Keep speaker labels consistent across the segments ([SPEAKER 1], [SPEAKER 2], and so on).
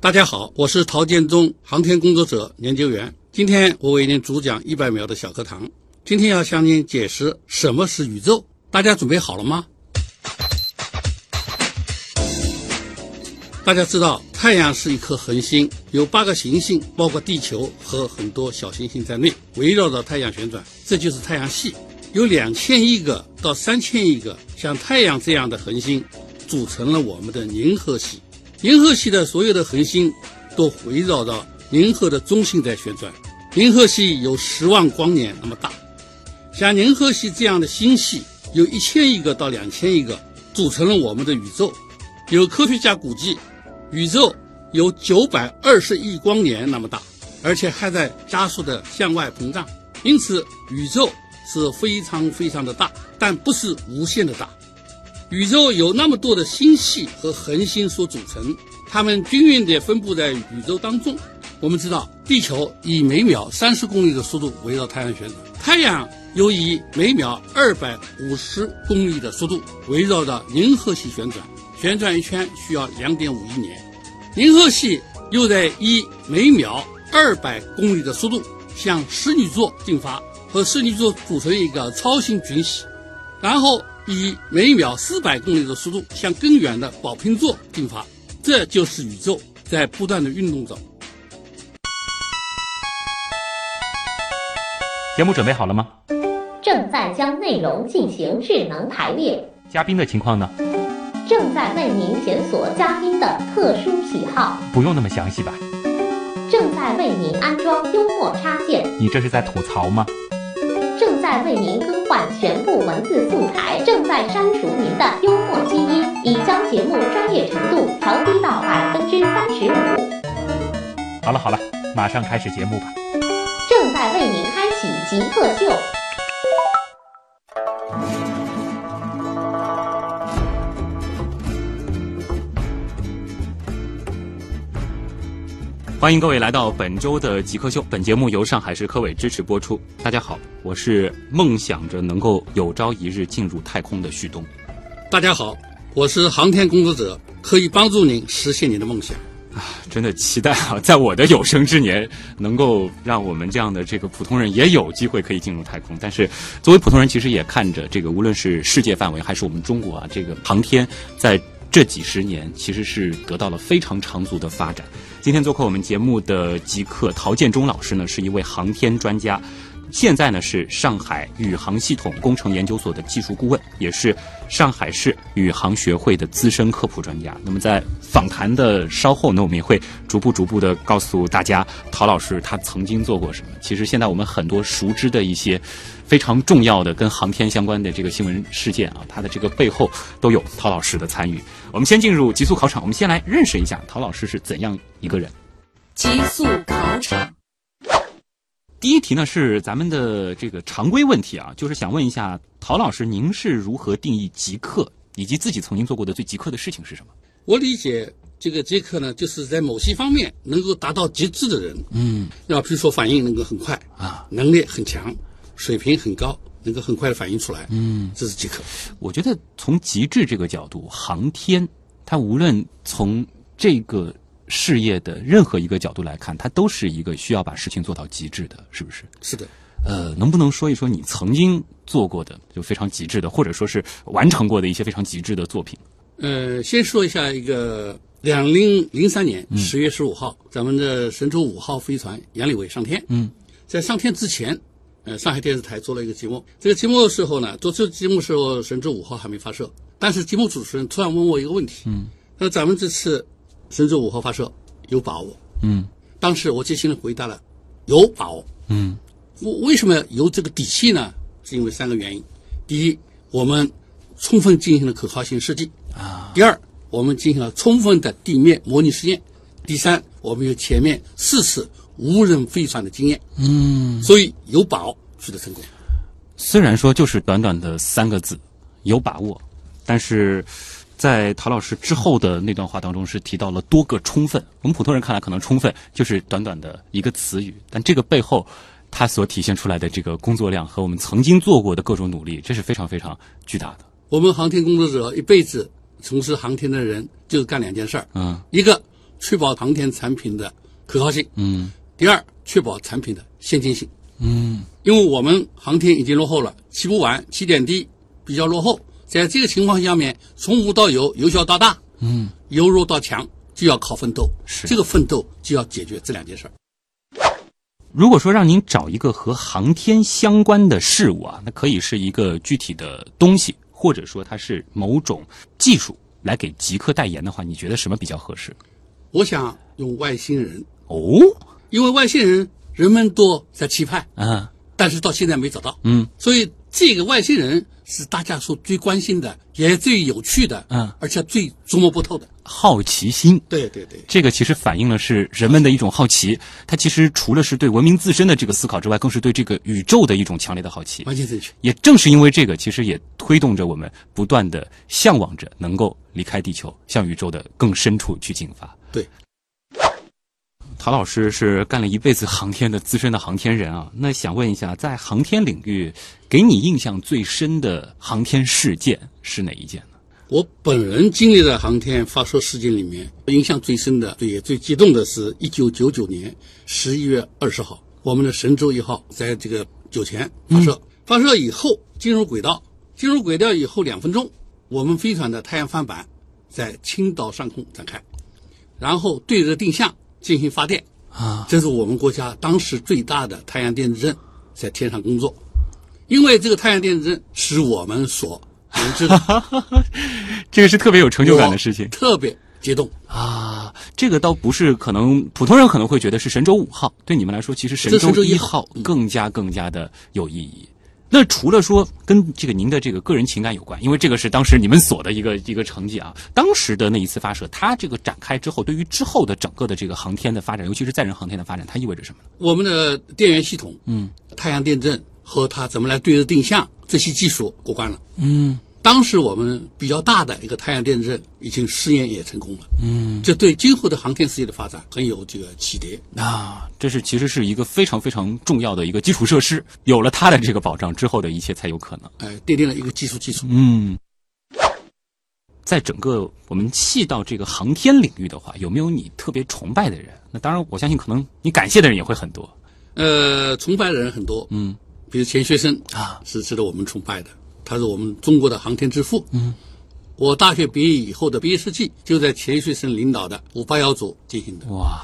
[SPEAKER 1] 大家好，我是陶建忠，航天工作者、研究员。今天我为您主讲一百秒的小课堂。今天要向您解释什么是宇宙，大家准备好了吗？大家知道，太阳是一颗恒星，有八个行星，包括地球和很多小行星在内，围绕着太阳旋转，这就是太阳系。有两千亿个到三千亿个像太阳这样的恒星，组成了我们的银河系。银河系的所有的恒星都围绕着银河的中心在旋转。银河系有十万光年那么大，像银河系这样的星系有一千亿个到两千亿个，组成了我们的宇宙。有科学家估计，宇宙有九百二十亿光年那么大，而且还在加速的向外膨胀。因此，宇宙是非常非常的大，但不是无限的大。宇宙有那么多的星系和恒星所组成，它们均匀地分布在宇宙当中。我们知道，地球以每秒三十公里的速度围绕太阳旋转，太阳又以每秒二百五十公里的速度围绕着银河系旋转，旋转一圈需要两点五亿年。银河系又在以每秒二百公里的速度向狮女座进发，和狮女座组成一个超新群系。然后以每秒四百公里的速度向更远的宝瓶座进发。这就是宇宙在不断的运动着。
[SPEAKER 2] 节目准备好了吗？
[SPEAKER 3] 正在将内容进行智能排列，
[SPEAKER 2] 嘉宾的情况呢？
[SPEAKER 3] 正在为您检索嘉宾的特殊喜好，
[SPEAKER 2] 不用那么详细吧？
[SPEAKER 3] 正在为您安装幽默插件，
[SPEAKER 2] 你这是在吐槽吗？
[SPEAKER 3] 正在为您更换全部文字素材，正在删除您的幽默基因，已将节目专业程度调低到百分之三十五，
[SPEAKER 2] 好了好了，马上开始节目吧。
[SPEAKER 3] 正在为您开启极客秀。
[SPEAKER 2] 欢迎各位来到本周的极客秀，本节目由上海市科委支持播出。大家好，我是梦想着能够有朝一日进入太空的旭东。
[SPEAKER 1] 大家好，我是航天工作者，可以帮助您实现您的梦想。
[SPEAKER 2] 真的期待啊，在我的有生之年，能够让我们这样的这个普通人也有机会可以进入太空。但是，作为普通人，其实也看着这个，无论是世界范围还是我们中国啊，这个航天在这几十年其实是得到了非常长足的发展。今天做客我们节目的极客陶建忠老师呢，是一位航天专家。现在呢是上海宇航系统工程研究所的技术顾问，也是上海市宇航学会的资深科普专家。那么在访谈的稍后呢，我们也会逐步逐步的告诉大家陶老师他曾经做过什么。其实现在我们很多熟知的一些非常重要的跟航天相关的这个新闻事件啊，它的这个背后都有陶老师的参与。我们先进入极速考场，我们先来认识一下陶老师是怎样一个人。
[SPEAKER 4] 极速考场，
[SPEAKER 2] 第一题呢是咱们的这个常规问题啊，就是想问一下陶老师，您是如何定义极客，以及自己曾经做过的最极客的事情是什么？
[SPEAKER 1] 我理解这个杰克呢，就是在某些方面能够达到极致的人。嗯，要比如说反应能够很快
[SPEAKER 2] 啊，
[SPEAKER 1] 能力很强，水平很高，能够很快的反应出来。嗯，这是杰克。
[SPEAKER 2] 我觉得从极致这个角度，航天它无论从这个事业的任何一个角度来看，它都是一个需要把事情做到极致的，是不是？
[SPEAKER 1] 是的，
[SPEAKER 2] 呃，能不能说一说你曾经做过的就非常极致的，或者说是完成过的一些非常极致的作品？
[SPEAKER 1] 呃，先说一下一个。两零零三年十月十五号，咱们的神舟五号飞船杨利伟上天。嗯，在上天之前，呃，上海电视台做了一个节目。这个节目的时候呢，做这个节目的时候，神舟五号还没发射，但是节目主持人突然问我一个问题。嗯，那咱们这次神舟五号发射有把握？
[SPEAKER 2] 嗯，
[SPEAKER 1] 当时我即兴的回答了，有把握。
[SPEAKER 2] 嗯，
[SPEAKER 1] 我为什么有这个底气呢？是因为三个原因：第一，我们充分进行了可靠性设计啊；第二，我们进行了充分的地面模拟实验；第三，我们有前面四次无人飞船的经验，嗯，所以有把握取得成功。
[SPEAKER 2] 虽然说就是短短的三个字，有把握，但是在陶老师之后的那段话当中是提到了多个充分。我们普通人看来，可能充分就是短短的一个词语，但这个背后。它所体现出来的这个工作量和我们曾经做过的各种努力，这是非常非常巨大的。
[SPEAKER 1] 我们航天工作者一辈子从事航天的人就干两件事儿，
[SPEAKER 2] 嗯，
[SPEAKER 1] 一个确保航天产品的可靠性；
[SPEAKER 2] 嗯
[SPEAKER 1] 第二，确保产品的先进性。
[SPEAKER 2] 嗯
[SPEAKER 1] 因为我们航天已经落后了，起步晚，起点低，比较落后。在这个情况下面，从无到有，由小到大，
[SPEAKER 2] 嗯，
[SPEAKER 1] 由弱到强，就要靠奋斗。
[SPEAKER 2] 是
[SPEAKER 1] 这个奋斗就要解决这两件事儿。
[SPEAKER 2] 如果说让您找一个和航天相关的事物啊，那可以是一个具体的东西，或者说它是某种技术来给极客代言的话，你觉得什么比较合适？
[SPEAKER 1] 我想用外星人，
[SPEAKER 2] 哦，
[SPEAKER 1] 因为外星人人们都在期盼，
[SPEAKER 2] 啊，
[SPEAKER 1] 但是到现在没找到。
[SPEAKER 2] 嗯，
[SPEAKER 1] 所以这个外星人是大家所最关心的，也最有趣的，
[SPEAKER 2] 嗯
[SPEAKER 1] 而且最琢磨不透的。
[SPEAKER 2] 好奇心。
[SPEAKER 1] 对对对，
[SPEAKER 2] 这个其实反映了是人们的一种好奇，它其实除了是对文明自身的这个思考之外，更是对这个宇宙的一种强烈的好奇。
[SPEAKER 1] 完全正确。
[SPEAKER 2] 也正是因为这个，其实也推动着我们不断的向往着能够离开地球，向宇宙的更深处去进发。
[SPEAKER 1] 对，
[SPEAKER 2] 陶老师是干了一辈子航天的资深的航天人啊，那想问一下，在航天领域，给你印象最深的航天事件是哪一件呢？
[SPEAKER 1] 我本人经历的航天发射事件里面，印象最深的、也最激动的是，一九九九年十一月二十号，我们的神舟一号在这个酒泉发射，发射以后进入轨道，进入轨道以后两分钟，我们飞船的太阳帆板在青岛上空展开，然后对着定向进行发电，
[SPEAKER 2] 啊，
[SPEAKER 1] 这是我们国家当时最大的太阳电子阵在天上工作，因为这个太阳电子阵是我们所研制的。
[SPEAKER 2] 这个是特别有成就感的事情
[SPEAKER 1] 我特别激动。
[SPEAKER 2] 啊！这个倒不是可能普通人可能会觉得是神舟五号，对你们来说，其实神
[SPEAKER 1] 这神
[SPEAKER 2] 舟
[SPEAKER 1] 舟一
[SPEAKER 2] 一
[SPEAKER 1] 号
[SPEAKER 2] 号嗯更加更加的有意义。那除了说跟这个您的这个个人情感有关，因为这个是当时你们所的一个一个成绩啊，当时的那一次发射，它这个展开之后，对于之后的整个的这个航天的发展，尤其是载人航天的发展，它意味着什么呢？
[SPEAKER 1] 我们的电源系统，嗯，太阳电阵和它怎么来对着定向这些技术过关了。
[SPEAKER 2] 嗯
[SPEAKER 1] 当时我们比较大的一个太阳电阵已经试验也成功了，
[SPEAKER 2] 嗯
[SPEAKER 1] 这对今后的航天事业的发展很有这个启迪。
[SPEAKER 2] 啊，这是其实是一个非常非常重要的一个基础设施，有了它的这个保障之后的一切才有可能。
[SPEAKER 1] 哎、奠定了一个技术基础。
[SPEAKER 2] 嗯，在整个我们细到这个航天领域的话，有没有你特别崇拜的人？那当然，我相信可能你感谢的人也会很多。
[SPEAKER 1] 呃，崇拜的人很多，
[SPEAKER 2] 嗯
[SPEAKER 1] 比如钱学森
[SPEAKER 2] 啊，
[SPEAKER 1] 是值得我们崇拜的，他是我们中国的航天之父。嗯，我大学毕业以后的毕业设计就在钱学森领导的五八幺组进行的。
[SPEAKER 2] 哇，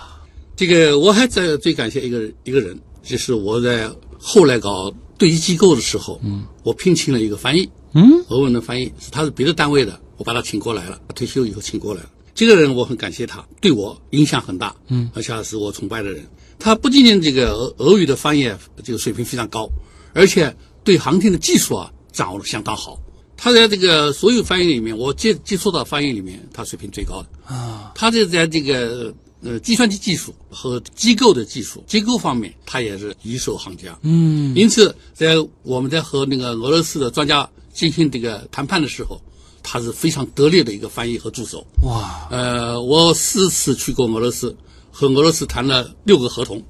[SPEAKER 1] 这个我还在最感谢一个人一个人，就是我在后来搞对接机构的时候，嗯，我聘请了一个翻译，
[SPEAKER 2] 嗯，
[SPEAKER 1] 俄文的翻译，是他是别的单位的，我把他请过来了，退休以后请过来了。这个人我很感谢他，对我影响很大，嗯，而且他是我崇拜的人。他不仅仅这个俄俄语的翻译这个水平非常高，而且对航天的技术啊掌握的相当好。他在这个所有翻译里面，我接接触到翻译里面，他水平最高的。它这在这个呃计算机技术和机构的技术结构方面，它也是一手行家。嗯，因此在我们在和那个俄罗斯的专家进行这个谈判的时候，他是非常得力的一个翻译和助手。
[SPEAKER 2] 哇，
[SPEAKER 1] 呃，我四次去过俄罗斯，和俄罗斯谈了六个合同，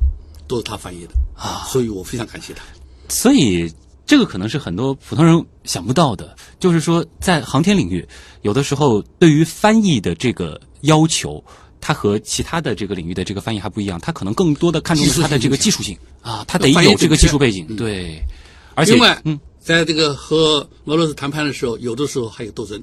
[SPEAKER 1] 都是他翻译的啊，所以我非常感谢他。
[SPEAKER 2] 所以。这个可能是很多普通人想不到的，就是说，在航天领域，有的时候对于翻译的这个要求，它和其他的这个领域的这个翻译还不一样，它可能更多的看重是它的这个技术性啊，它得
[SPEAKER 1] 翻译
[SPEAKER 2] 有
[SPEAKER 1] 准
[SPEAKER 2] 这个技术
[SPEAKER 1] 确
[SPEAKER 2] 背景，对，而
[SPEAKER 1] 嗯
[SPEAKER 2] 且
[SPEAKER 1] 另外，
[SPEAKER 2] 嗯，
[SPEAKER 1] 在这个和俄罗斯谈判的时候，有的时候还有斗争。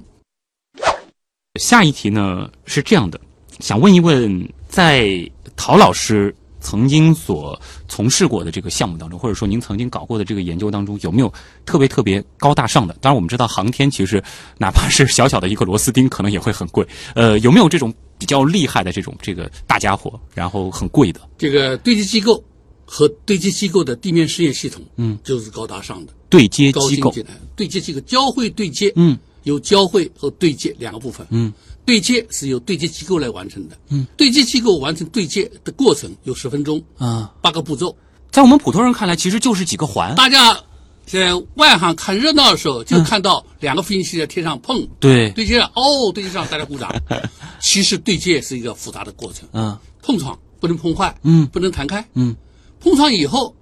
[SPEAKER 2] 下一题呢是这样的，想问一问，在陶老师曾经所从事过的这个项目当中，或者说您曾经搞过的这个研究当中，有没有特别特别高大上的？当然，我们知道航天其实哪怕是小小的一个螺丝钉，可能也会 很贵。呃，有没有这种比较厉害的这种这个大家伙，然后很贵的？
[SPEAKER 1] 这个对接机构和对接机构的地面试验系统，
[SPEAKER 2] 嗯，
[SPEAKER 1] 就是高大上的。
[SPEAKER 2] 对接
[SPEAKER 1] 高
[SPEAKER 2] 机
[SPEAKER 1] 精
[SPEAKER 2] 构
[SPEAKER 1] 简单，对接机构交会对接，
[SPEAKER 2] 嗯，
[SPEAKER 1] 有交会和对接两个部分，
[SPEAKER 2] 嗯，
[SPEAKER 1] 对接是由对接机构来完成的，嗯，对接机构完成对接的过程有十分钟，
[SPEAKER 2] 啊、
[SPEAKER 1] 八个步骤。
[SPEAKER 2] 在我们普通人看来，其实就是几个环。
[SPEAKER 1] 大家在外行看热闹的时候，
[SPEAKER 2] 嗯
[SPEAKER 1] 就看到两个飞行器在天上碰，
[SPEAKER 2] 对，
[SPEAKER 1] 对接上哦，对接上大家鼓 掌。其实对接是一个复杂的过程，
[SPEAKER 2] 嗯
[SPEAKER 1] 碰撞不能碰坏，
[SPEAKER 2] 嗯
[SPEAKER 1] 不能弹开，
[SPEAKER 2] 嗯，
[SPEAKER 1] 碰撞以后，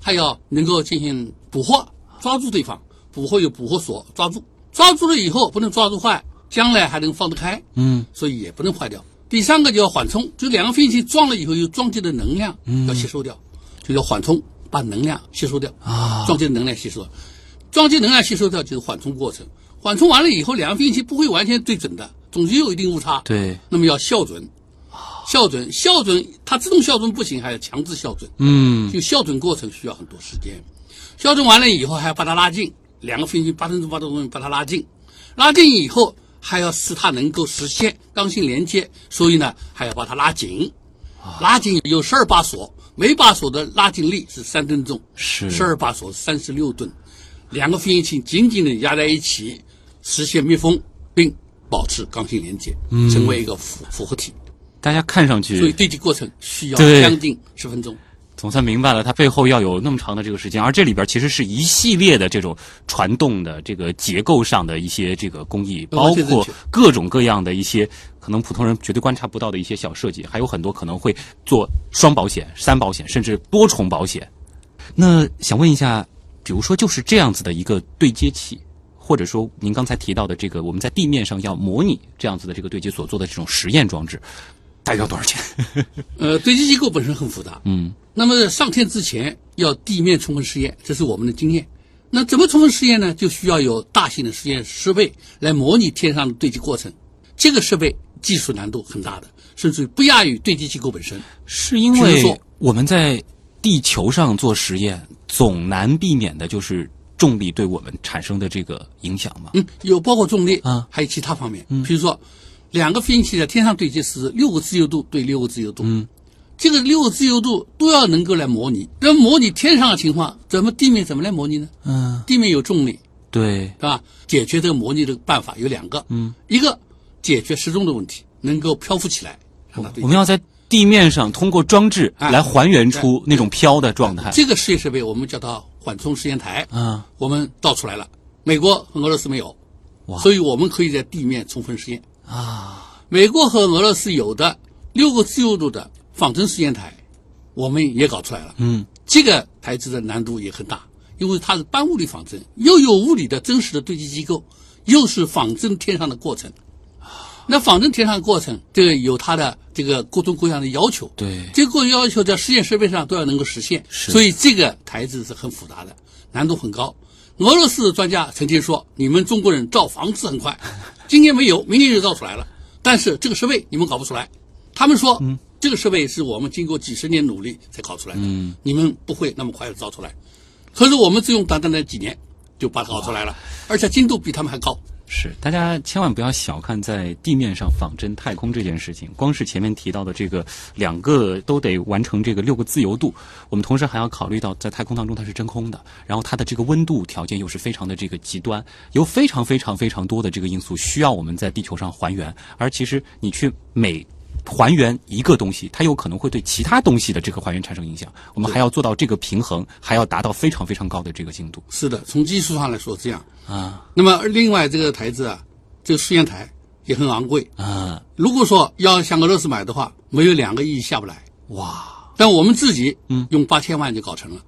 [SPEAKER 1] 还要能够进行捕获，抓住对方。捕获有捕获锁，抓住，抓住了以后不能抓住坏，将来还能放得开，
[SPEAKER 2] 嗯
[SPEAKER 1] 所以也不能坏掉。第三个叫缓冲，就两个飞行器撞了以后有撞击的能量
[SPEAKER 2] 嗯
[SPEAKER 1] 要吸收掉，就叫缓冲，把能量吸收掉
[SPEAKER 2] 啊
[SPEAKER 1] 撞击的能量吸收，撞击能量吸收掉就是缓冲过程。缓冲完了以后，两个飞行器不会完全对准的，总是有一定误差。
[SPEAKER 2] 对，
[SPEAKER 1] 那么要校准，校准，校准，它自动校准不行，还要强制校准。
[SPEAKER 2] 嗯，
[SPEAKER 1] 就校准过程需要很多时间，校准完了以后还要把它拉近，两个飞行八分钟八分钟把它拉近，拉近以后还要使它能够实现刚性连接，所以呢还要把它拉紧，拉紧有十二把锁，每把锁的拉紧力是三吨重，
[SPEAKER 2] 是
[SPEAKER 1] 十二把锁三十六吨，两个飞行器紧紧的压在一起，实现密封并保持刚性连接，成为一个复复合体，
[SPEAKER 2] 大家看上
[SPEAKER 1] 所以
[SPEAKER 2] 去
[SPEAKER 1] 嗯对击过程需要
[SPEAKER 2] 对
[SPEAKER 1] 将近十分钟。
[SPEAKER 2] 总算明白了，它背后要有那么长的这个时间，而这里边其实是一系列的这种传动的这个结构上的一些这个工艺，
[SPEAKER 1] 嗯
[SPEAKER 2] 包
[SPEAKER 1] 这正
[SPEAKER 2] 括
[SPEAKER 1] 确
[SPEAKER 2] 各种各样的一些可能普通人绝对观察不到的一些小设计，还有很多可能会做双保险、三保险，甚至多重保险。那想问一下，比如说就是这样子的一个对接器。或者说，您刚才提到的这个，我们在地面上要模拟这样子的这个对接所做的这种实验装置，大约要多少钱？
[SPEAKER 1] 呃，对接机构本身很复杂，
[SPEAKER 2] 嗯，
[SPEAKER 1] 那么上天之前要地面充分试验，这是我们的经验。那怎么充分试验呢？就需要有大型的实验设备来模拟天上的对击过程。这个设备技术难度很大的，甚至不亚于对击机构本身。
[SPEAKER 2] 是因
[SPEAKER 1] 只能
[SPEAKER 2] 为
[SPEAKER 1] 做
[SPEAKER 2] 我们在地球上做实验，总难避免的就是重力对我们产生的这个影响嘛。
[SPEAKER 1] 嗯，有包括重力
[SPEAKER 2] 啊
[SPEAKER 1] 还有其他方面，比如说两个飞行器在天上对接时，六个自由度对六个自由度，嗯，这个六个自由度都要能够来模拟。那么模拟天上的情况，怎么地面怎么来模拟呢？
[SPEAKER 2] 嗯，
[SPEAKER 1] 地面有重力，
[SPEAKER 2] 对，
[SPEAKER 1] 对吧？解决这个模拟的办法有两个，嗯，一个解决失重的问题，能够漂浮起来，让它对
[SPEAKER 2] 我们要在地面上通过装置
[SPEAKER 1] 哎
[SPEAKER 2] 来还原出那种飘的状态。
[SPEAKER 1] 这个实验设备我们叫它缓冲实验台，
[SPEAKER 2] 嗯，
[SPEAKER 1] 我们造出来了，美国和俄罗斯没有
[SPEAKER 2] 哇，
[SPEAKER 1] 所以我们可以在地面充分实验啊。美国和俄罗斯有的六个自由度的仿真实验台，我们也搞出来了，
[SPEAKER 2] 嗯，
[SPEAKER 1] 这个台子的难度也很大，因为它是半物理仿真，又有物理的真实的对击机构，又是仿真天上的过程。
[SPEAKER 2] 啊
[SPEAKER 1] 那仿真天上的过程，这个有它的这个各种各样的要求。
[SPEAKER 2] 对
[SPEAKER 1] 这个要求在实验设备上都要能够实现，
[SPEAKER 2] 是
[SPEAKER 1] 所以这个台子是很复杂的，难度很高。俄罗斯的专家曾经说：“你们中国人造房子很快，今年没有，明年就造出来了。但是这个设备你们搞不出来。”他们说：“
[SPEAKER 2] 嗯
[SPEAKER 1] 这个设备是我们经过几十年努力才搞出来的，
[SPEAKER 2] 嗯
[SPEAKER 1] 你们不会那么快就造出来。”可是我们只用短短的几年就把它搞出来了，而且精度比他们还高。
[SPEAKER 2] 是，大家千万不要小看在地面上仿真太空这件事情。光是前面提到的这个两个都得完成这个六个自由度，我们同时还要考虑到在太空当中它是真空的，然后它的这个温度条件又是非常的这个极端，有非常非常非常多的这个因素需要我们在地球上还原。而其实你去每还原一个东西，它有可能会对其他东西的这个还原产生影响。我们还要做到这个平衡，还要达到非常非常高的这个精度
[SPEAKER 1] 是的，从技术上来说这样。
[SPEAKER 2] 啊
[SPEAKER 1] 那么另外这个台子啊，这个试验台也很昂贵。
[SPEAKER 2] 啊！
[SPEAKER 1] 如果说要向俄罗斯买的话，没有两个亿下不来。
[SPEAKER 2] 哇，
[SPEAKER 1] 但我们自己
[SPEAKER 2] 嗯
[SPEAKER 1] 用八千万就搞 成了，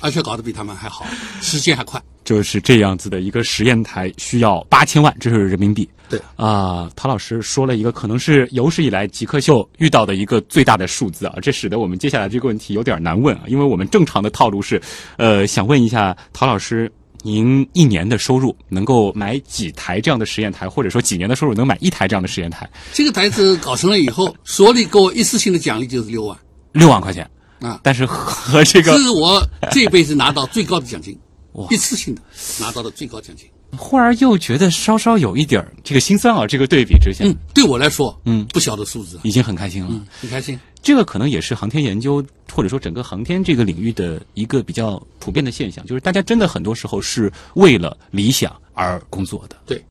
[SPEAKER 1] 而且搞得比他们还好，时间还快。
[SPEAKER 2] 就是这样子的一个实验台，需要八千万，这是人民币。
[SPEAKER 1] 对
[SPEAKER 2] 啊，陶老师说了一个可能是有史以来极客秀遇到的一个最大的数字啊，这使得我们接下来这个问题有点难问啊，因为我们正常的套路是，呃，想问一下陶老师，您一年的收入能够买几台这样的实验台，或者说几年的收入能买一台这样的实验台？
[SPEAKER 1] 这个台子搞成了以后，所里给我一次性的奖励就是六万
[SPEAKER 2] 六万块钱，
[SPEAKER 1] 啊，
[SPEAKER 2] 但是和这
[SPEAKER 1] 这
[SPEAKER 2] 个
[SPEAKER 1] 是我这辈子拿到最高的奖金
[SPEAKER 2] 哇，
[SPEAKER 1] 一次性的拿到的最高奖金。
[SPEAKER 2] 忽而又觉得稍稍有一点儿这个心酸啊，这个对比之下、
[SPEAKER 1] 嗯，对我来说，
[SPEAKER 2] 嗯
[SPEAKER 1] 不小的数字啊，
[SPEAKER 2] 已经很开心了。
[SPEAKER 1] 嗯，很开心。
[SPEAKER 2] 这个可能也是航天研究或者说整个航天这个领域的一个比较普遍的现象，就是大家真的很多时候是为了理想而工作的。
[SPEAKER 1] 对。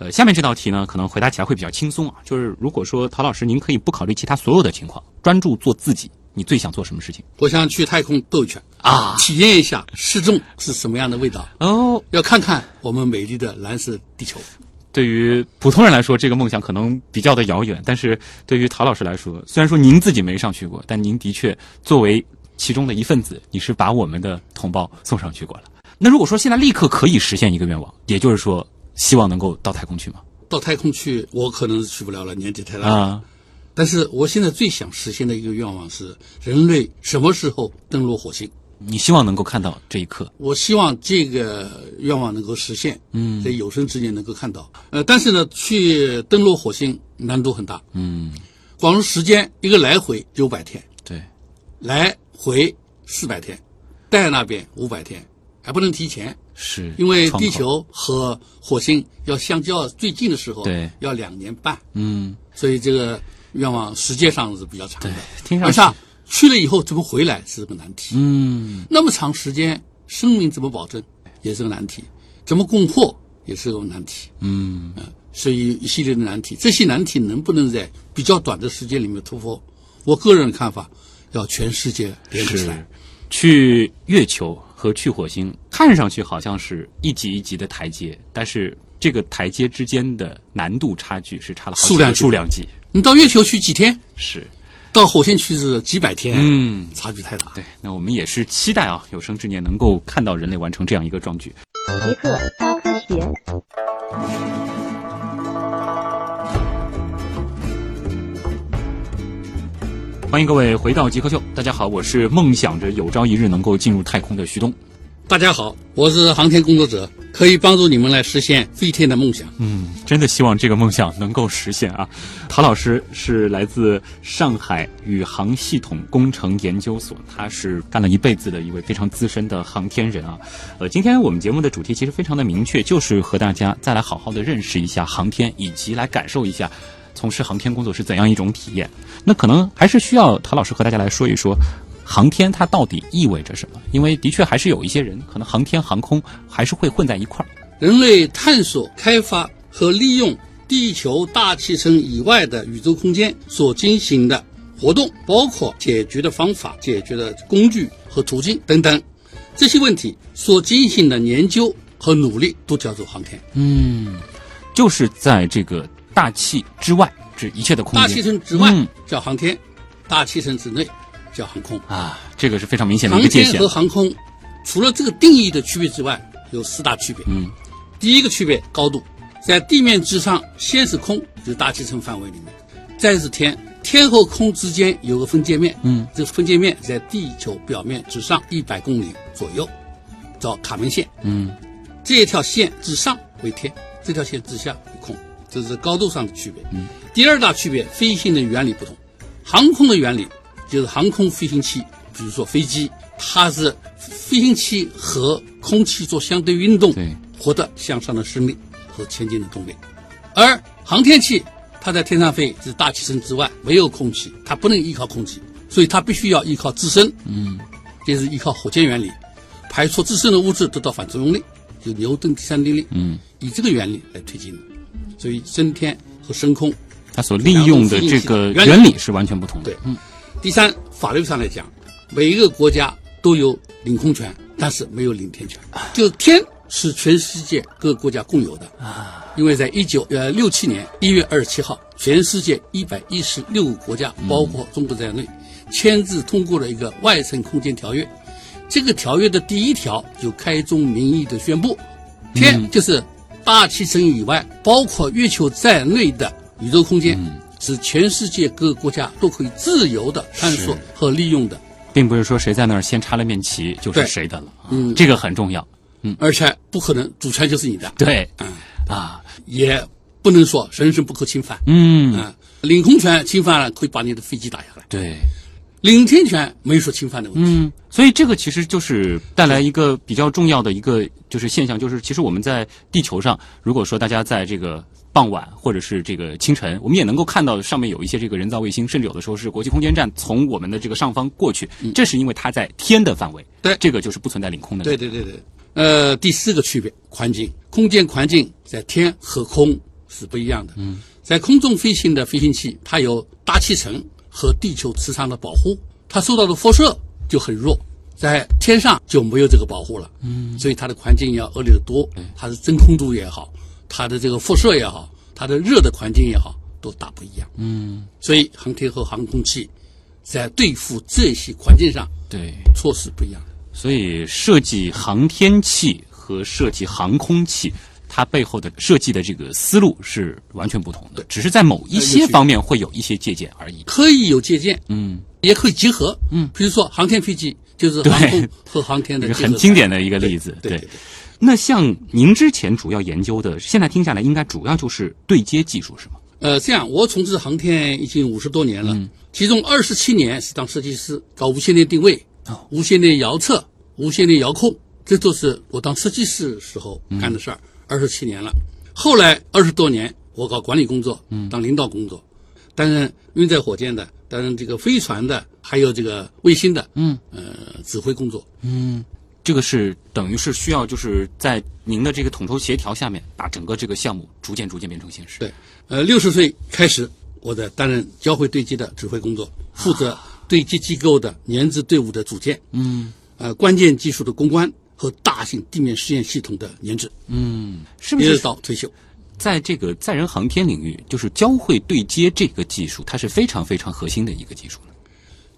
[SPEAKER 2] 呃，下面这道题呢，可能回答起来会比较轻松啊。就是如果说陶老师，您可以不考虑其他所有的情况，专注做自己，你最想做什么事情
[SPEAKER 1] 我想去太空兜一圈，
[SPEAKER 2] 啊？
[SPEAKER 1] 体验一下失重是什么样的味道，
[SPEAKER 2] 哦，
[SPEAKER 1] 要看看我们美丽的蓝色地球。
[SPEAKER 2] 对于普通人来说，这个梦想可能比较的遥远，但是对于陶老师来说，虽然说您自己没上去过，但您的确作为其中的一份子，你是把我们的同胞送上去过了。那如果说现在立刻可以实现一个愿望，也就是说，希望能够到太空去吗？
[SPEAKER 1] 到太空去，我可能是去不了了，年纪太大了。
[SPEAKER 2] 啊，
[SPEAKER 1] 但是我现在最想实现的一个愿望是，人类什么时候登陆火星？
[SPEAKER 2] 你希望能够看到这一刻，
[SPEAKER 1] 我希望这个愿望能够实现，嗯，在有生之年能够看到。呃，但是呢，去登陆火星难度很大，
[SPEAKER 2] 嗯，
[SPEAKER 1] 光时间一个来回九百天，
[SPEAKER 2] 对，
[SPEAKER 1] 来回四百天，在那边五百天，还不能提前，
[SPEAKER 2] 是
[SPEAKER 1] 因为
[SPEAKER 2] 窗口
[SPEAKER 1] 地，球和火星要相较最近的时候，
[SPEAKER 2] 对
[SPEAKER 1] 要两年半，
[SPEAKER 2] 嗯，
[SPEAKER 1] 所以这个愿望时间上是比较长的。
[SPEAKER 2] 听上
[SPEAKER 1] 而
[SPEAKER 2] 去
[SPEAKER 1] 且，啊去了以后怎么回来是个难题，
[SPEAKER 2] 嗯，
[SPEAKER 1] 那么长时间，生命怎么保证也是个难题，怎么供货也是个难题。嗯，所以一系列的难题，这些难题能不能在比较短的时间里面突破？我个人看法，要全世界联合起来
[SPEAKER 2] 是。去月球和去火星，看上去好像是一级一级的台阶，但是这个台阶之间的难度差距是差了好几个
[SPEAKER 1] 数量级
[SPEAKER 2] 数量级，
[SPEAKER 1] 你到月球去几天，
[SPEAKER 2] 是。
[SPEAKER 1] 到火星去是几百天，
[SPEAKER 2] 嗯，
[SPEAKER 1] 差距太大。
[SPEAKER 2] 对，那我们也是期待啊，有生之年能够看到人类完成这样一个壮举。
[SPEAKER 3] 极客高科学。
[SPEAKER 2] 欢迎各位回到极客秀，大家好，我是梦想着有朝一日能够进入太空的徐东。
[SPEAKER 1] 大家好，我是航天工作者，可以帮助你们来实现飞天的梦想。
[SPEAKER 2] 嗯，真的希望这个梦想能够实现啊！陶老师是来自上海宇航系统工程研究所，他是干了一辈子的一位非常资深的航天人啊。呃，今天我们节目的主题其实非常的明确，就是和大家再来好好的认识一下航天，以及来感受一下从事航天工作是怎样一种体验。那可能还是需要陶老师和大家来说一说。航天它到底意味着什么？因为的确还是有一些人，可能航天航空还是会混在一块儿。
[SPEAKER 1] 人类探索、开发和利用地球大气层以外的宇宙空间所进行的活动，包括解决的方法、解决的工具和途径等等，这些问题所进行的研究和努力都叫做航天。
[SPEAKER 2] 就是在这个大气之外，这一切的空间。
[SPEAKER 1] 大气层之外
[SPEAKER 2] 嗯
[SPEAKER 1] 叫航天，大气层之内叫航空。
[SPEAKER 2] 啊，这个是非常明显的
[SPEAKER 1] 航
[SPEAKER 2] 一个界
[SPEAKER 1] 天
[SPEAKER 2] 限
[SPEAKER 1] 和。航空除了这个定义的区别之外，有四大区别。
[SPEAKER 2] 嗯，
[SPEAKER 1] 第一个区别高度，在地面之上先是空，就是大气层范围里面，再是天，天和空之间有个分界面。
[SPEAKER 2] 嗯，
[SPEAKER 1] 这个分界面在地球表面之上一百公里左右，叫卡门线。
[SPEAKER 2] 嗯，
[SPEAKER 1] 这一条线之上为天，这条线之下为空，这是高度上的区别。嗯，第二大区别，飞行的原理不同。航空的原理就是航空飞行器，比如说飞机，它是飞行器和空气做相对运动，
[SPEAKER 2] 对，
[SPEAKER 1] 获得向上的生命和前进的动力。而航天器，它在天上飞是大气层之外没有空气，它不能依靠空气，所以它必须要依靠自身。嗯，这是依靠火箭原理，排除自身的物质得到反作用力，就牛顿第三定律。
[SPEAKER 2] 嗯，
[SPEAKER 1] 以这个原理来推进的，所以升天和升空
[SPEAKER 2] 它所利用的这个原理是完全不同的。
[SPEAKER 1] 对，第三，法律上来讲，每一个国家都有领空权，但是没有领天权。就天是全世界各个国家共有的啊，因为在一九呃六七年一月二十七号，全世界一百一十六个国家，包括中国在内，签字通过了一个外层空间条约。这个条约的第一条就开宗明义的宣布，
[SPEAKER 2] 嗯
[SPEAKER 1] 天就是大气层以外，包括月球在内的宇宙空间，
[SPEAKER 2] 嗯
[SPEAKER 1] 是全世界各个国家都可以自由的探索
[SPEAKER 2] 是
[SPEAKER 1] 和利用的。
[SPEAKER 2] 并不是说谁在那儿先插了面旗就是
[SPEAKER 1] 对
[SPEAKER 2] 谁的了。嗯，这个很重要。
[SPEAKER 1] 而且不可能主权就是你的，
[SPEAKER 2] 对，
[SPEAKER 1] 嗯
[SPEAKER 2] 啊，
[SPEAKER 1] 也不能说神圣不可侵犯。
[SPEAKER 2] 嗯，
[SPEAKER 1] 啊，领空权侵犯了，可以把你的飞机打下来；
[SPEAKER 2] 对，
[SPEAKER 1] 领天权没有说侵犯的问题。
[SPEAKER 2] 嗯，所以这个其实就是带来一个比较重要的一个就是现象，就是其实我们在地球上，如果说大家在这个傍晚或者是这个清晨，我们也能够看到上面有一些这个人造卫星，甚至有的时候是国际空间站从我们的这个上方过去，这是因为它在天的范围，
[SPEAKER 1] 对
[SPEAKER 2] 这个就是不存在领空的，
[SPEAKER 1] 对，对对对，呃，第四个区别，环境，空间环境在天和空是不一样的。嗯，在空中飞行的飞行器，它有大气层和地球磁场的保护，它受到的辐射就很弱。在天上就没有这个保护了，嗯，所以它的环境要恶劣得多，它的真空度也好，它的这个辐射也好，它的热的环境也好，都大不一样，嗯，所以航天和航空器在对付这些环境上
[SPEAKER 2] 对，
[SPEAKER 1] 措施不一样。
[SPEAKER 2] 所以设计航天器和设计航空器。它背后的设计的这个思路是完全不同的，只是在某一
[SPEAKER 1] 有
[SPEAKER 2] 些
[SPEAKER 1] 区别
[SPEAKER 2] 方面会有一些借鉴而已。
[SPEAKER 1] 可以有借鉴，
[SPEAKER 2] 嗯，
[SPEAKER 1] 也可以集合。嗯，比如说航天飞机就是航空
[SPEAKER 2] 对
[SPEAKER 1] 和航天
[SPEAKER 2] 一
[SPEAKER 1] 的
[SPEAKER 2] 个
[SPEAKER 1] 结
[SPEAKER 2] 很
[SPEAKER 1] 合，
[SPEAKER 2] 经典的一个例子。
[SPEAKER 1] 对对对
[SPEAKER 2] 那像您之前主要研究的，现在听下来应该主要就是对接技术是吗？
[SPEAKER 1] 呃，这样，我从事航天已经五十多年了，
[SPEAKER 2] 嗯
[SPEAKER 1] 其中二十七年是当设计师，搞无线电定位、
[SPEAKER 2] 哦
[SPEAKER 1] 无线电遥测、无线电遥控，这都是我当设计师时候
[SPEAKER 2] 嗯
[SPEAKER 1] 干的事儿，二十七年了。后来二十多年，我搞管理工作，
[SPEAKER 2] 嗯
[SPEAKER 1] 当领导工作，担任运载火箭的，担任这个飞船的，还有这个卫星的，嗯，呃，指挥工作。
[SPEAKER 2] 这个是等于是需要就是在您的这个统筹协调下面，把整个这个项目逐渐逐渐变成现实。
[SPEAKER 1] 对，呃，六十岁开始，我在担任交会对接的指挥工作，负责对接机构的研制队伍的组建，嗯，呃，关键技术的攻关和大型地面试验系统的研制，
[SPEAKER 2] 是不
[SPEAKER 1] 一直
[SPEAKER 2] 是
[SPEAKER 1] 到退休。
[SPEAKER 2] 在这个载人航天领域，就是交会对接这个技术，它是非常非常核心的一个技术呢？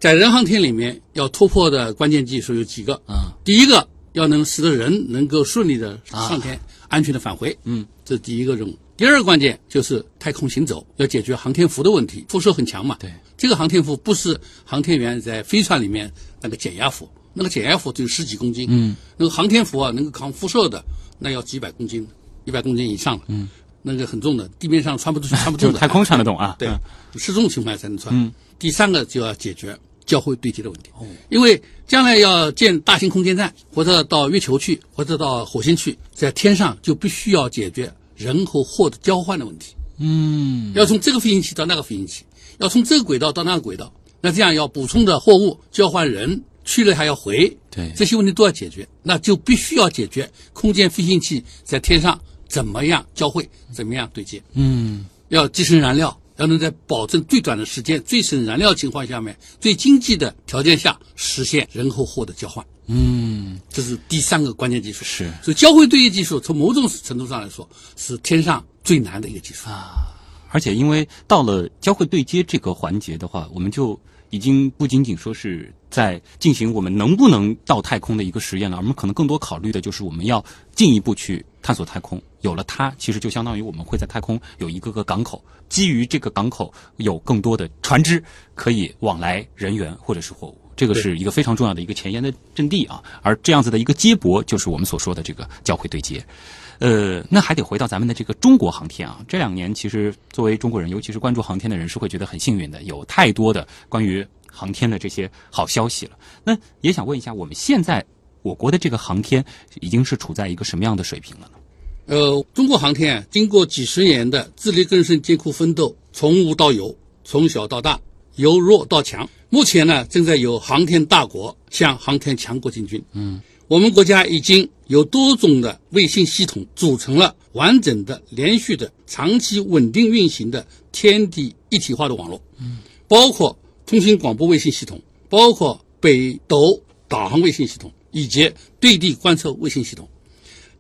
[SPEAKER 1] 在人航天里面，要突破的关键技术有几个
[SPEAKER 2] 啊？
[SPEAKER 1] 第一个要能使得人能够顺利的上天，安全的返回，嗯，这是第一个任务。第二个关键就是太空行走，要解决航天服的问题，辐射很强嘛。
[SPEAKER 2] 对，
[SPEAKER 1] 这个航天服不是航天员在飞船里面那个减压服，那个减压服只有十几公斤，嗯，那个航天服啊能够扛辐射的，那要几百公斤，一百公斤以上了，嗯，那个很重的，地面上穿不出去， 穿不住
[SPEAKER 2] 就是
[SPEAKER 1] 的。
[SPEAKER 2] 太空穿得懂啊？
[SPEAKER 1] 对嗯
[SPEAKER 2] 嗯，
[SPEAKER 1] 是这种情况下才能穿。第三个就要解决交会对接的问题，因为将来要建大型空间站，或者到月球去，或者到火星去，在天上就必须要解决人和货的交换的问题。嗯，要从这个飞行器到那个飞行器，要从这个轨道到那个轨道，那这样要补充的货物交换人去了还要回，
[SPEAKER 2] 对
[SPEAKER 1] 这些问题都要解决，那就必须要解决空间飞行器在天上怎么样交汇，怎么样对接。要节省燃料，要能在保证最短的时间、最省燃料情况下面、最经济的条件下实现人和货的交换。嗯，这是第三个关键技术。
[SPEAKER 2] 是
[SPEAKER 1] 所以交会对接技术从某种程度上来说是天上最难的一个技术。
[SPEAKER 2] 而且因为到了交会对接这个环节的话，我们就已经不仅仅说是在进行我们能不能到太空的一个实验了，我们可能更多考虑的就是我们要进一步去探索太空。有了它，其实就相当于我们会在太空有一个个港口，基于这个港口有更多的船只可以往来人员或者是货物。这个是一个非常重要的一个前沿的阵地啊，而这样子的一个接驳，就是我们所说的这个交会对接。呃，那还得回到咱们的这个中国航天啊。这两年，其实作为中国人，尤其是关注航天的人，是会觉得很幸运的，有太多的关于航天的这些好消息了。那也想问一下，我们现在我国的这个航天已经是处在一个什么样的水平了呢？
[SPEAKER 1] 呃，中国航天啊，经过几十年的自力更生、艰苦奋斗，从无到有，从小到大，由弱到强。目前呢，正在有航天大国向航天强国进军。嗯，我们国家已经有多种的卫星系统组成了完整的、连续的、长期稳定运行的天地一体化的网络。包括通信广播卫星系统，包括北斗导航卫星系统以及对地观测卫星系统。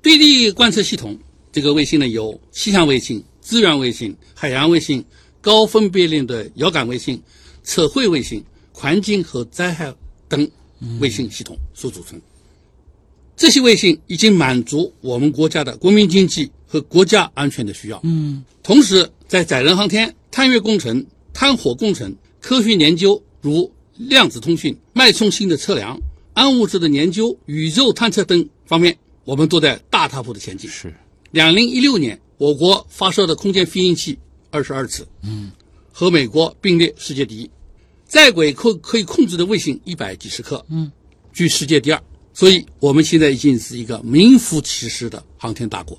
[SPEAKER 1] 对地观测系统这个卫星呢，有气象卫星、资源卫星、海洋卫星、高分辨率的遥感卫星、测绘卫星、环境和灾害等卫星系统所组成。这些卫星已经满足我们国家的国民经济和国家安全的需要。嗯，同时在载人航天、探月工程、探火工程、科学研究，如量子通讯、脉冲性的测量、暗物质的研究、宇宙探测等方面，我们都在大踏步的前进。
[SPEAKER 2] 是
[SPEAKER 1] 两零一六年，我国发射的空间飞行器二十二次，嗯，和美国并列世界第一，在轨可可以控制的卫星一百几十颗，嗯，居世界第二。所以，我们现在已经是一个名副其实的航天大国。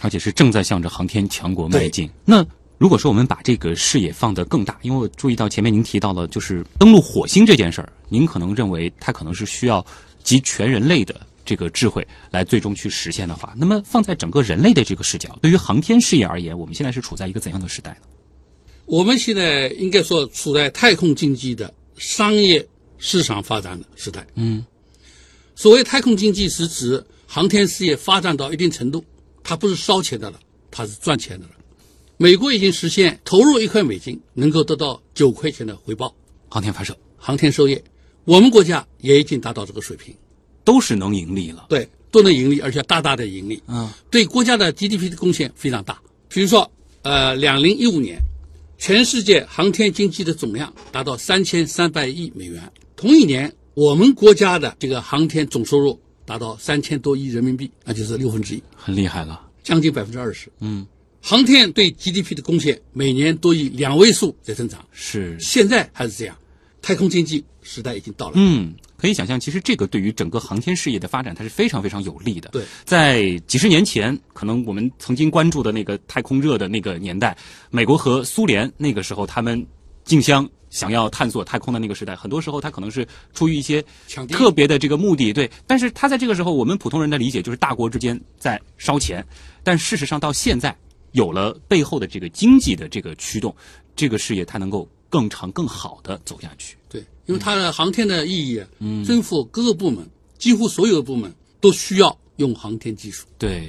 [SPEAKER 2] 而且是正在向着航天强国迈进。那如果说我们把这个视野放得更大，因为我注意到前面您提到了，就是登陆火星这件事儿，您可能认为它可能是需要集全人类的这个智慧来最终去实现的话，那么放在整个人类的这个视角，对于航天事业而言，我们现在是处在一个怎样的时代呢？
[SPEAKER 1] 我们现在应该说处在太空经济的商业市场发展的时代。嗯，所谓太空经济是指航天事业发展到一定程度，它不是烧钱的了，它是赚钱的了。美国已经实现投入一块美金能够得到九块钱的回报，
[SPEAKER 2] 航天发射
[SPEAKER 1] 航天授业，我们国家也已经达到这个水平。
[SPEAKER 2] 都是能盈利了。
[SPEAKER 1] 对，都能盈利，而且大大的盈利，
[SPEAKER 2] 啊，
[SPEAKER 1] 对国家的 GDP 的贡献非常大。比如说，呃，两零一五年，全世界航天经济的总量达到三千三百亿美元。同一年，我们国家的这个航天总收入达到三千多亿人民币，那就是六分之一，
[SPEAKER 2] 很厉害了。
[SPEAKER 1] 将近百分之二十。
[SPEAKER 2] 嗯，
[SPEAKER 1] 航天对 GDP 的贡献每年都以两位数在增长，
[SPEAKER 2] 是，
[SPEAKER 1] 现在还是这样。太空经济时代已经到了。
[SPEAKER 2] 嗯，可以想象，其实这个对于整个航天事业的发展，它是非常非常有利的。
[SPEAKER 1] 对，
[SPEAKER 2] 在几十年前，可能我们曾经关注的那个太空热的那个年代，美国和苏联那个时候他们竞相。想要探索太空的那个时代，很多时候它可能是出于一些
[SPEAKER 1] 抢第一
[SPEAKER 2] 特别的这个目的，对。但是它在这个时候，我们普通人的理解就是大国之间在烧钱，但事实上到现在有了背后的这个经济的这个驱动，这个事业它能够更长更好的走下去。
[SPEAKER 1] 对，因为它的航天的意义，嗯，政府各个部门几乎所有的部门都需要用航天技术，
[SPEAKER 2] 对，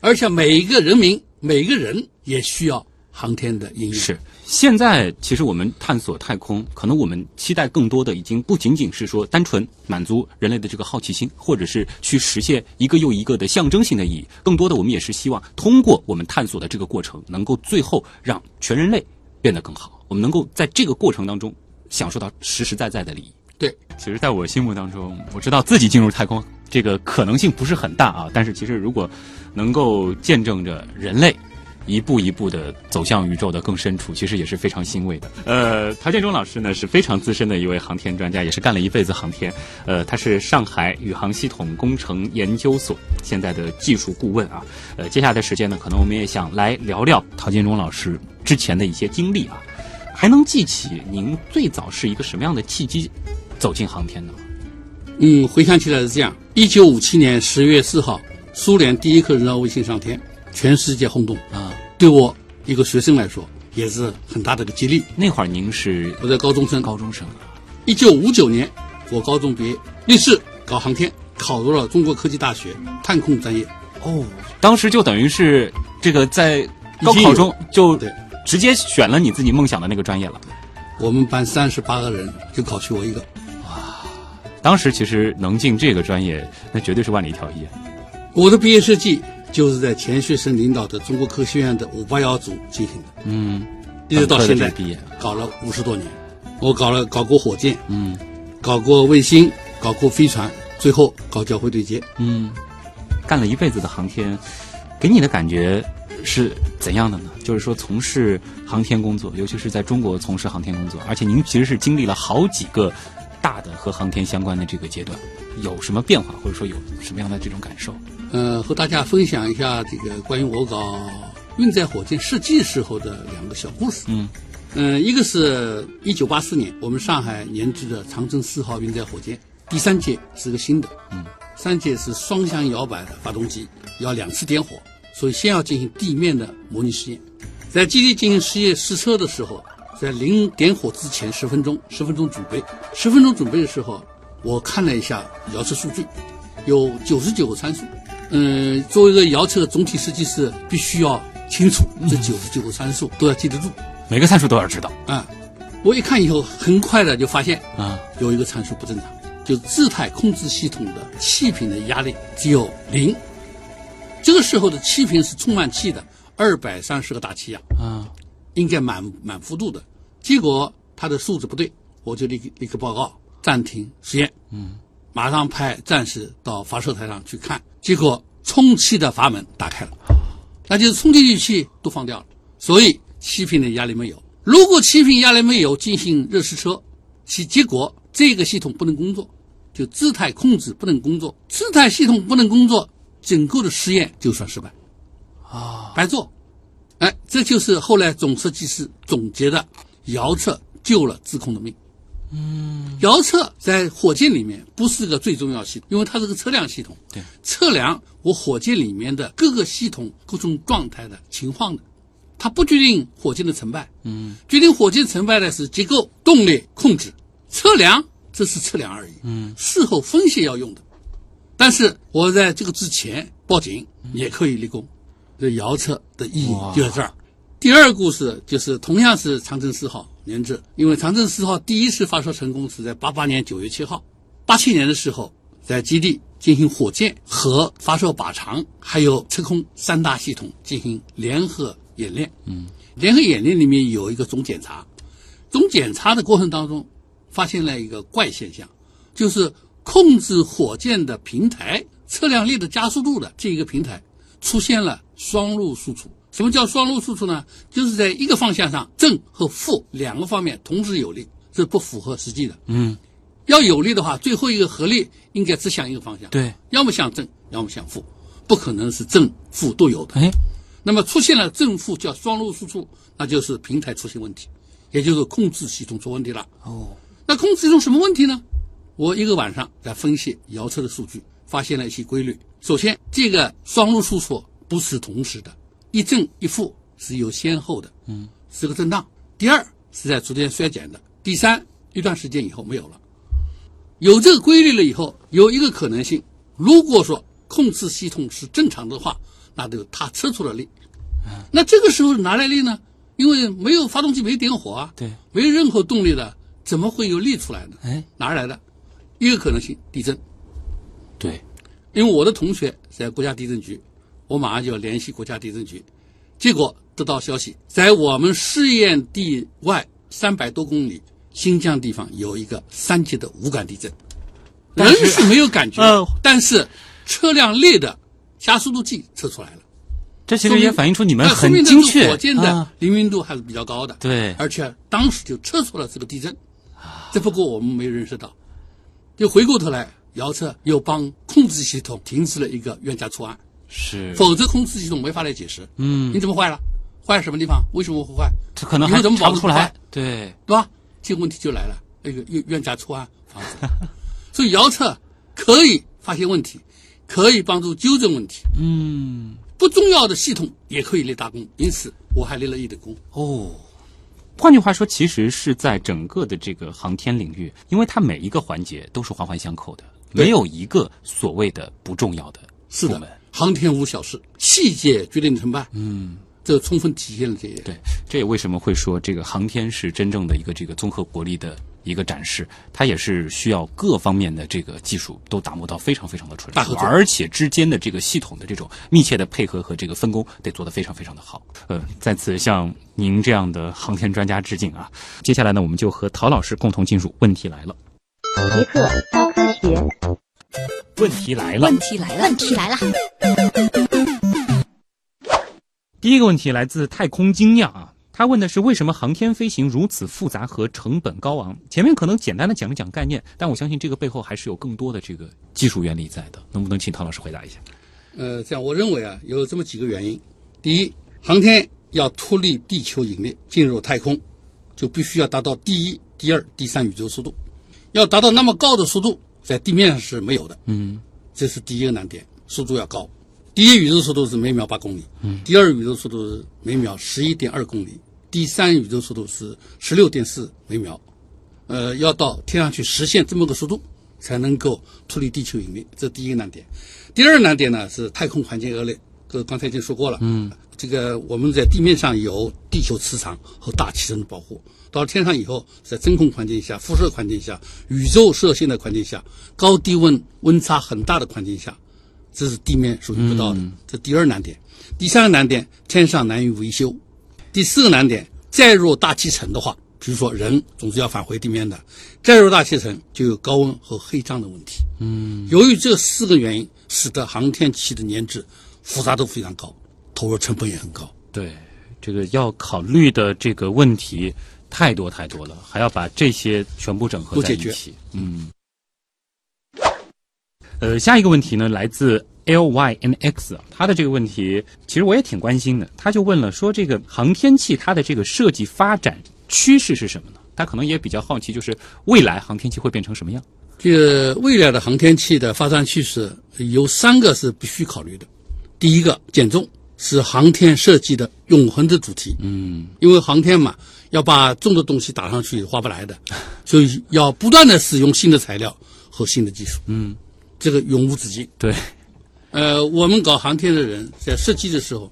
[SPEAKER 1] 而且每一个人民、每个人也需要航天的应用。
[SPEAKER 2] 是，现在其实我们探索太空，可能我们期待更多的已经不仅仅是说单纯满足人类的这个好奇心，或者是去实现一个又一个的象征性的意义，更多的我们也是希望通过我们探索的这个过程，能够最后让全人类变得更好，我们能够在这个过程当中享受到实实在在的利益。
[SPEAKER 1] 对，
[SPEAKER 2] 其实，在我心目当中，我知道自己进入太空这个可能性不是很大啊。但是，其实如果能够见证着人类一步一步的走向宇宙的更深处，其实也是非常欣慰的。呃，陶建忠老师呢是非常资深的一位航天专家，也是干了一辈子航天。呃，他是上海宇航系统工程研究所现在的技术顾问啊。呃，接下来的时间呢，可能我们也想来聊聊陶建忠老师之前的一些经历啊。还能记起您最早是一个什么样的契机走进航天呢？
[SPEAKER 1] 嗯，回想起来是这样：一九五七年十月四号，苏联第一颗人造卫星上天，全世界轰动，
[SPEAKER 2] 啊，
[SPEAKER 1] 对我一个学生来说也是很大的一个激励。
[SPEAKER 2] 那会儿您是
[SPEAKER 1] 我在高中生，
[SPEAKER 2] 高中生啊，
[SPEAKER 1] 一九五九年我高中毕业，立志搞航天，考入了中国科技大学探空专业。
[SPEAKER 2] 哦，当时就等于是这个在高
[SPEAKER 1] 已经
[SPEAKER 2] 考
[SPEAKER 1] 有
[SPEAKER 2] 中就
[SPEAKER 1] 对
[SPEAKER 2] 直接选了你自己梦想的那个专业了。
[SPEAKER 1] 我们班三十八个人就考取我一个，
[SPEAKER 2] 当时其实能进这个专业，那绝对是万里挑一啊。
[SPEAKER 1] 我的毕业设计就是在钱学森领导的中国科学院的五八幺组进行的，
[SPEAKER 2] 嗯，
[SPEAKER 1] 一直到现在
[SPEAKER 2] 本科的这个毕业，
[SPEAKER 1] 搞了五十多年。我搞了搞过火箭，嗯，搞过卫星，搞过飞船，最后搞交会对接。
[SPEAKER 2] 嗯，干了一辈子的航天，给你的感觉是怎样的呢？就是说，从事航天工作，尤其是在中国从事航天工作，而且您其实是经历了好几个大的和航天相关的这个阶段，有什么变化，或者说有什么样的这种感受？
[SPEAKER 1] 呃，和大家分享一下这个关于我搞运载火箭设计时候的两个小故事。
[SPEAKER 2] 嗯，
[SPEAKER 1] 呃，一个是一九八四年我们上海研制的长征四号运载火箭，第三届是个新的，嗯，三届是双向摇摆的发动机，要两次点火，所以先要进行地面的模拟实验，在基地进行实验试车的时候，在零点火之前十分钟，十分钟准备，十分钟准备的时候，我看了一下遥测数据，有九十九个参数。嗯，作为一个遥测总体设计师，必须要清楚这九十九个参数都要记得住
[SPEAKER 2] 每个参数都要知道
[SPEAKER 1] 啊、我一看以后，很快的就发现
[SPEAKER 2] 啊，
[SPEAKER 1] 有一个参数不正常，就自态控制系统的气瓶的压力只有零。这个时候的气瓶是充满气的，二百三十个大气压。
[SPEAKER 2] 啊，
[SPEAKER 1] 应该满满幅度的，结果它的数字不对，我就立刻立刻报告暂停实验，嗯，马上派战士到发射台上去看，结果充气的阀门打开了，那就是充气器都放掉了，所以气瓶的压力没有。如果气瓶压力没有进行热试车，其结果这个系统不能工作，就姿态控制不能工作，姿态系统不能工作，整个的实验就算失败，啊，白做。哎，这就是后来总设计师总结的遥测救了自控的命。嗯，遥测在火箭里面不是个最重要系统，因为它是个测量系统。
[SPEAKER 2] 对，
[SPEAKER 1] 测量我火箭里面的各个系统各种状态的情况的，它不决定火箭的成败。嗯，决定火箭成败的是结构、动力、控制。测量这是测量而已。嗯，事后分析要用的。但是我在这个之前报警也可以立功，这遥测的意义就在这儿。第二故事就是同样是长征四号研制，因为长征四号第一次发射成功是在八八年九月七号，八七年的时候在基地进行火箭和发射靶场还有测控三大系统进行联合演练。嗯，联合演练里面有一个总检查，总检查的过程当中发现了一个怪现象，就是控制火箭的平台测量力的加速度的这一个平台出现了双路输出。什么叫双路输出呢？就是在一个方向上正和负两个方面同时有力，这不符合实际的。
[SPEAKER 2] 嗯，
[SPEAKER 1] 要有力的话，最后一个合力应该只向一个方向，，
[SPEAKER 2] 对，
[SPEAKER 1] 要么向正，要么向负，不可能是正负都有的。
[SPEAKER 2] 哎，
[SPEAKER 1] 那么出现了正负叫双路输出，那就是平台出现问题，也就是控制系统出问题了。
[SPEAKER 2] 哦，
[SPEAKER 1] 那控制系统什么问题呢？我一个晚上在分析遥测的数据，发现了一些规律。首先，这个双路输出不是同时的，一正一负是有先后的，嗯，是个震荡。第二是在逐渐衰减的，第三一段时间以后没有了。有这个规律了以后，有一个可能性，如果说控制系统是正常的话，那就它测出了力。那这个时候哪来力呢？因为没有发动机没点火啊，
[SPEAKER 2] 对，
[SPEAKER 1] 没有任何动力的，怎么会有力出来呢？
[SPEAKER 2] 哎，
[SPEAKER 1] 哪儿来的？一个可能性，地震。
[SPEAKER 2] 对，
[SPEAKER 1] 因为我的同学在国家地震局，我马上就要联系国家地震局，结果得到消息，在我们试验地外三百多公里新疆地方有一个三级的无感地震，人
[SPEAKER 2] 但是
[SPEAKER 1] 是没有感觉，
[SPEAKER 2] 呃
[SPEAKER 1] 但是车辆内的加速度计测出来了。
[SPEAKER 2] 这其
[SPEAKER 1] 说
[SPEAKER 2] 实
[SPEAKER 1] 明
[SPEAKER 2] 也反映出你们
[SPEAKER 1] 那说
[SPEAKER 2] 很
[SPEAKER 1] 明这
[SPEAKER 2] 精
[SPEAKER 1] 次
[SPEAKER 2] 确
[SPEAKER 1] 火箭的
[SPEAKER 2] 啊，
[SPEAKER 1] 灵敏度还是比较高的。
[SPEAKER 2] 对
[SPEAKER 1] 而且当时就测出了这个地震，只不过我们没有认识到。就回过头来，遥测又帮控制系统停止了一个冤假错案，
[SPEAKER 2] 是，
[SPEAKER 1] 否则控制系统没法来解释。
[SPEAKER 2] 嗯，
[SPEAKER 1] 你怎么坏了？坏什么地方？为什么会坏？
[SPEAKER 2] 这可能
[SPEAKER 1] 以后
[SPEAKER 2] 还
[SPEAKER 1] 怎么
[SPEAKER 2] 查
[SPEAKER 1] 保
[SPEAKER 2] 不
[SPEAKER 1] 证
[SPEAKER 2] 出
[SPEAKER 1] 不坏
[SPEAKER 2] 来，对，
[SPEAKER 1] 对吧？这个问题就来了，哎那个冤冤假错案防止。啊 所以遥测可以发现问题，可以帮助纠正问题，
[SPEAKER 2] 嗯，
[SPEAKER 1] 不重要的系统也可以立大功。因此，我还立了一的功。
[SPEAKER 2] 哦。换句话说，其实是在整个的这个航天领域，因为它每一个环节都是环环相扣的，
[SPEAKER 1] 对
[SPEAKER 2] 没有一个所谓的不重要的
[SPEAKER 1] 是
[SPEAKER 2] 部
[SPEAKER 1] 的
[SPEAKER 2] 门。，
[SPEAKER 1] 航天无小事，细节决定成败。嗯，这充分体现了这一点。
[SPEAKER 2] 对，这也为什么会说这个航天是真正的一个这个综合国力的一个展示，它也是需要各方面的这个技术都打磨到非常非常的纯
[SPEAKER 1] 大
[SPEAKER 2] 熟
[SPEAKER 1] 合，作
[SPEAKER 2] 而且之间的这个系统的这种密切的配合和这个分工得做得非常非常的好。呃，在此向您这样的航天专家致敬啊！接下来呢，我们就和陶老师共同进入问题来了。
[SPEAKER 3] 极客高科学，
[SPEAKER 2] 问题来了
[SPEAKER 4] 问，题来了，
[SPEAKER 3] 问题来了。
[SPEAKER 2] 第一个问题来自太空惊讶啊，他问的是为什么航天飞行如此复杂和成本高昂？前面可能简单的讲一讲概念，但我相信这个背后还是有更多的这个技术原理在的。能不能请唐老师回答一下？
[SPEAKER 1] 呃，这样我认为啊，有这么几个原因：第一，航天要脱离地球引力进入太空，就必须要达到第一、第二、第三宇宙速度，要达到那么高的速度，在地面上是没有的。
[SPEAKER 2] 嗯，
[SPEAKER 1] 这是第一个难点，速度要高。第一宇宙速度是每秒八公里，嗯，第二宇宙速度是每秒十一点二公里，第三宇宙速度是十六点四每秒，呃，要到天上去实现这么个速度，才能够脱离地球引力，这第一个难点。第二难点呢是太空环境恶劣，这刚才已经说过了。嗯，这个我们在地面上有地球磁场和大气层的保护，到了天上以后，在真空环境下、辐射环境下、宇宙射线的环境下、高低温温差很大的环境下，这是地面属于不到的，这第二难点。第三个难点，天上难以维修。第四个难点，再入大气层的话，比如说人总是要返回地面的，再入大气层就有高温和黑障的问题。嗯，由于这四个原因，使得航天器的研制复杂度非常高，投入成本也很高。
[SPEAKER 2] 对，这个要考虑的这个问题太多太多了，还要把这些全部整合
[SPEAKER 1] 都
[SPEAKER 2] 在一
[SPEAKER 1] 解决
[SPEAKER 2] 起。嗯。呃，下一个问题呢，来自 L Y N X，啊他的这个问题其实我也挺关心的。他就问了说，这个航天器它的这个设计发展趋势是什么呢？他可能也比较好奇，就是未来航天器会变成什么样？
[SPEAKER 1] 这个未来的航天器的发展趋势有三个是必须考虑的。第一个，减重是航天设计的永恒的主题。嗯，因为航天嘛，要把重的东西打上去划不 来的，所以要不断的使用新的材料和新的技术。嗯，这个永无止境。
[SPEAKER 2] 对，
[SPEAKER 1] 呃，我们搞航天的人在设计的时候，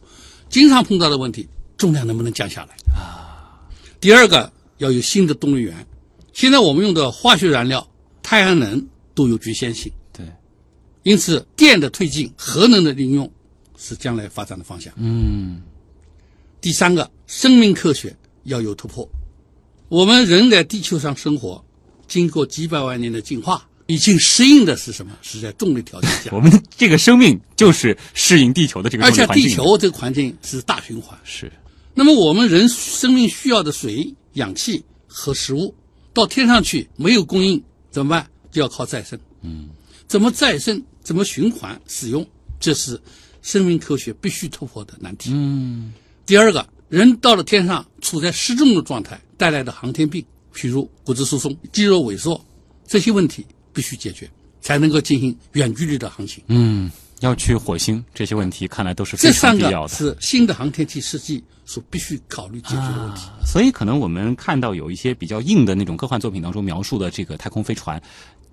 [SPEAKER 1] 经常碰到的问题，重量能不能降下来啊？第二个要有新的动力源，现在我们用的化学燃料、太阳能都有局限性，
[SPEAKER 2] 对，
[SPEAKER 1] 因此，电的推进、核能的应用是将来发展的方向。嗯，第三个，生命科学要有突破。我们人在地球上生活，经过几百万年的进化，已经适应的是什么？是在动力条件下
[SPEAKER 2] 我，们这个生命就是适应地球的这个
[SPEAKER 1] 而
[SPEAKER 2] 动力
[SPEAKER 1] 且
[SPEAKER 2] 环境。
[SPEAKER 1] 地球这个环境是大循环。
[SPEAKER 2] 是
[SPEAKER 1] 那么我们人生命需要的水、氧气和食物，到天上去没有供应怎么办？就要靠再生。嗯，怎么再生？怎么循环使用？这是生命科学必须突破的难题。嗯，第二个，人到了天上处在失重的状态带来的航天病，譬如骨质疏松、肌肉萎缩这些问题必须解决，才能够进行远距离的航行。
[SPEAKER 2] 要去火星这些问题，看来都是非
[SPEAKER 1] 这
[SPEAKER 2] 常
[SPEAKER 1] 三
[SPEAKER 2] 必要
[SPEAKER 1] 个
[SPEAKER 2] 的。
[SPEAKER 1] 是新的航天器设计所必须考虑解决的问题。
[SPEAKER 2] 啊所以可能我们看到有一些比较硬的那种科幻作品当中描述的这个太空飞船，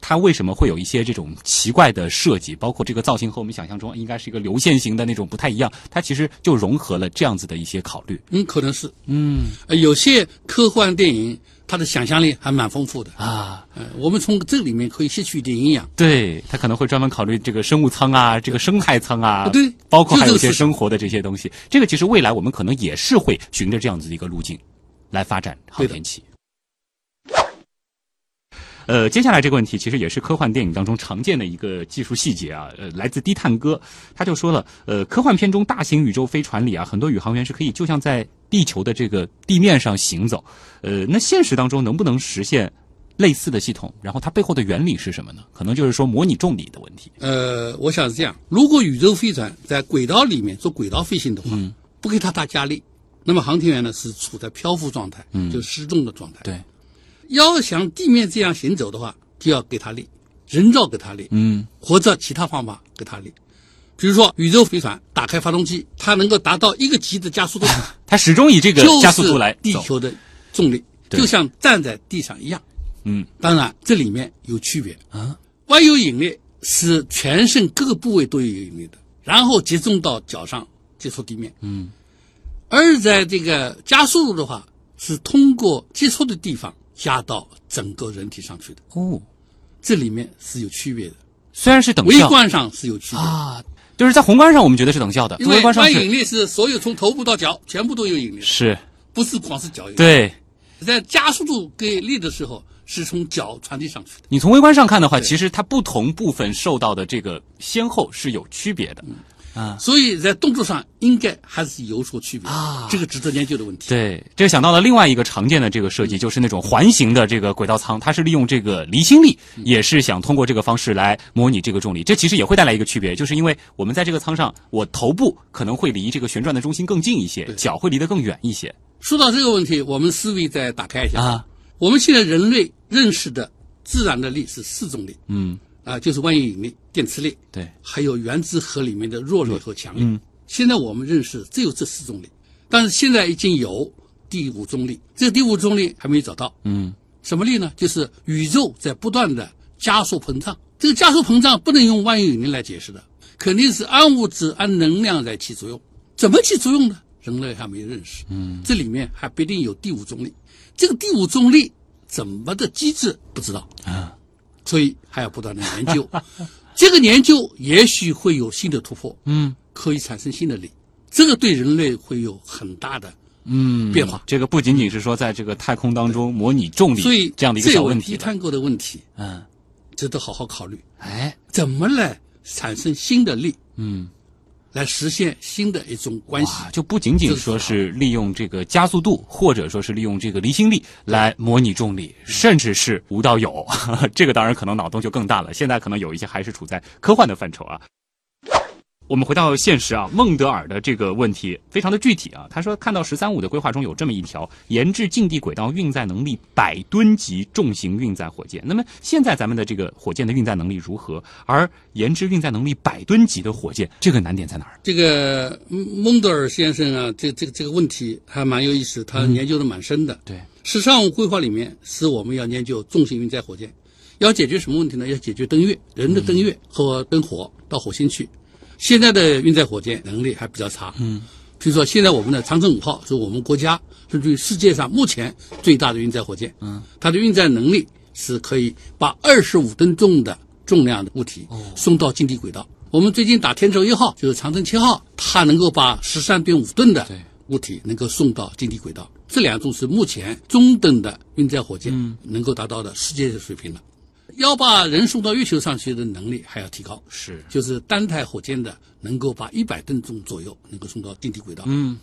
[SPEAKER 2] 它为什么会有一些这种奇怪的设计？包括这个造型和我们想象中应该是一个流线型的那种不太一样，它其实就融合了这样子的一些考虑。
[SPEAKER 1] 嗯，可能是。嗯、有些科幻电影，它的想象力还蛮丰富的。
[SPEAKER 2] 啊，
[SPEAKER 1] 呃，我们从这里面可以吸取一点营养。
[SPEAKER 2] 对，它可能会专门考虑这个生物舱啊，这个生态舱啊，
[SPEAKER 1] 对
[SPEAKER 2] 包括还有
[SPEAKER 1] 就
[SPEAKER 2] 一
[SPEAKER 1] 这
[SPEAKER 2] 些
[SPEAKER 1] 个事情
[SPEAKER 2] 生活的这些东西。这个其实未来我们可能也是会循着这样子的一个路径来发展航
[SPEAKER 1] 对的
[SPEAKER 2] 天器。呃，接下来这个问题其实也是科幻电影当中常见的一个技术细节啊。呃，来自低碳哥，他就说了，呃，科幻片中大型宇宙飞船里啊，很多宇航员是可以就像在地球的这个地面上行走。呃，那现实当中能不能实现类似的系统？然后它背后的原理是什么呢？可能就是说模拟重力的问题。
[SPEAKER 1] 呃，我想是这样：如果宇宙飞船在轨道里面做轨道飞行的话，
[SPEAKER 2] 嗯
[SPEAKER 1] 不给它大加力，那么航天员呢是处在漂浮状态，
[SPEAKER 2] 嗯
[SPEAKER 1] 就是失重的状态。
[SPEAKER 2] 对，
[SPEAKER 1] 要想地面这样行走的话，就要给它力，人造给它力，
[SPEAKER 2] 嗯，
[SPEAKER 1] 或者其他方法给它力。比如说，宇宙飞船打开发动机，它能够达到一个级的加 速度。
[SPEAKER 2] 它始终以这个
[SPEAKER 1] 就是
[SPEAKER 2] 加速度来
[SPEAKER 1] 地
[SPEAKER 2] 走
[SPEAKER 1] 球的重力，
[SPEAKER 2] 对
[SPEAKER 1] 就像站在地上一样。
[SPEAKER 2] 嗯，
[SPEAKER 1] 当然这里面有区别
[SPEAKER 2] 啊。
[SPEAKER 1] 万有引力是全身各个部位都有引力的，然后集中到脚上接触地面。嗯，而在这个加速度的话，是通过接触的地方加到整个人体上去的，
[SPEAKER 2] 哦，
[SPEAKER 1] 这里面是有区别的，
[SPEAKER 2] 虽然是等
[SPEAKER 1] 微
[SPEAKER 2] 效
[SPEAKER 1] 观上是有区别的。
[SPEAKER 2] 啊，就是在宏观上我们觉得是等效的，
[SPEAKER 1] 因
[SPEAKER 2] 微
[SPEAKER 1] 为
[SPEAKER 2] 观上
[SPEAKER 1] 万有
[SPEAKER 2] 是
[SPEAKER 1] 引力是所有从头部到脚全部都有引力，
[SPEAKER 2] 是
[SPEAKER 1] 不是光是脚有引力。
[SPEAKER 2] 对。
[SPEAKER 1] 在加速度给力的时候，是从脚传递上去的。
[SPEAKER 2] 你从微观上看的话，其实它不同部分受到的这个先后是有区别的。
[SPEAKER 1] 嗯所以在动作上应该还是有所区别
[SPEAKER 2] 啊
[SPEAKER 1] 这个值得研究的问题。
[SPEAKER 2] 对，这个想到了另外一个常见的这个设
[SPEAKER 1] 嗯
[SPEAKER 2] 计，就是那种环形的这个轨道舱，它是利用这个离心力，
[SPEAKER 1] 嗯
[SPEAKER 2] 也是想通过这个方式来模拟这个重力。这其实也会带来一个区别，就是因为我们在这个舱上，我头部可能会离这个旋转的中心更近一些，脚会离得更远一些
[SPEAKER 1] 说到这个问题，我们思维再打开一下。
[SPEAKER 2] 啊。
[SPEAKER 1] 我们现在人类认识的自然的力是四种力，
[SPEAKER 2] 嗯，
[SPEAKER 1] 啊、就是万有引力、电磁力，
[SPEAKER 2] 对，
[SPEAKER 1] 还有原子核里面的弱力和强力。现在我们认识只有这四种力，但是现在已经有第五种力，这个第五种力还没有找到。
[SPEAKER 2] 嗯，
[SPEAKER 1] 什么力呢？就是宇宙在不断的加速膨胀。这个加速膨胀不能用万有引力来解释的，肯定是暗物质、按能量来起作用。怎么起作用呢？人类还没有认识。嗯，这里面还必定有第五重力。这个第五重力怎么的机制不知道啊，所以还要不断的研 究。这个研究也许会有新的突破，嗯，可以产生新的力，这个对人类会有很大的嗯变化。
[SPEAKER 2] 这个不仅仅是说在这个太空当中模拟重力，
[SPEAKER 1] 所以
[SPEAKER 2] 这样的一个
[SPEAKER 1] 这
[SPEAKER 2] 小
[SPEAKER 1] 有
[SPEAKER 2] 问
[SPEAKER 1] 低
[SPEAKER 2] 题了，
[SPEAKER 1] 碳构的问题，
[SPEAKER 2] 嗯，
[SPEAKER 1] 值得好好考虑，
[SPEAKER 2] 哎，
[SPEAKER 1] 怎么来产生新的力，
[SPEAKER 2] 嗯，
[SPEAKER 1] 来实现新的一种关系。
[SPEAKER 2] 哇，就不仅仅说是利用这个加速度，或者说是利用这个离心力来模拟重力，甚至是无到有， 这个当然可能脑洞就更大了。现在可能有一些还是处在科幻的范畴啊。我们回到现实啊，孟德尔的这个问题非常的具体啊。他说，看到“十三五”的规划中有这么一条，研制近地轨道运载能力百吨级重型运载火箭。那么现在咱们的这个火箭的运载能力如何？而研制运载能力百吨级的火箭，这个难点在哪儿？
[SPEAKER 1] 这个嗯孟德尔先生啊，这这个这个问题还蛮有意思，他研究的蛮深的。
[SPEAKER 2] 对，
[SPEAKER 1] 十三五规划里面是我们要研究重型运载火箭，要解决什么问题呢？要解决登月，人的登月和登火到火星去。现在的运载火箭能力还比较差，嗯，比如说现在我们的长征五号是我们国家甚至于世界上目前最大的运载火箭，嗯，它的运载能力是可以把二十五吨重的重量的物体送到近地轨道。我们最近打天舟一号，就是长征七号，它能够把十三点五吨的
[SPEAKER 2] 对
[SPEAKER 1] 物体能够送到近地轨道。这两种是目前中等的运载火箭能够达到的世界水平了。要把人送到月球上去的能力还要提高，
[SPEAKER 2] 是
[SPEAKER 1] 就是单台火箭的能够把一百吨重左右能够送到近地轨道。嗯，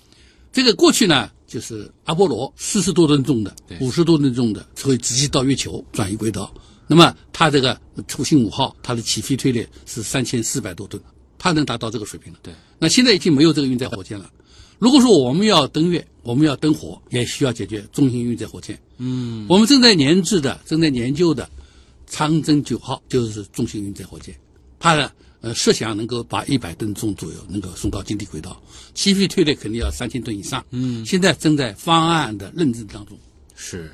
[SPEAKER 1] 这个过去呢，就是阿波罗四十多吨重的、五十多吨重的，会直接到月球转移轨道。那么它这个土星五号，它的起飞推力是三千四百多吨，它能达到这个水平了。
[SPEAKER 2] 对，
[SPEAKER 1] 那现在已经没有这个运载火箭了。如果说我们要登月，我们要登火，也需要解决中型运载火箭。嗯，我们正在研制的、正在研究的长征九号就是中型运载火箭，它呢，呃，设想能够把一百吨重左右能够送到近地轨道，起飞推力肯定要三千吨以上。嗯，现在正在方案的认证当中。
[SPEAKER 2] 是，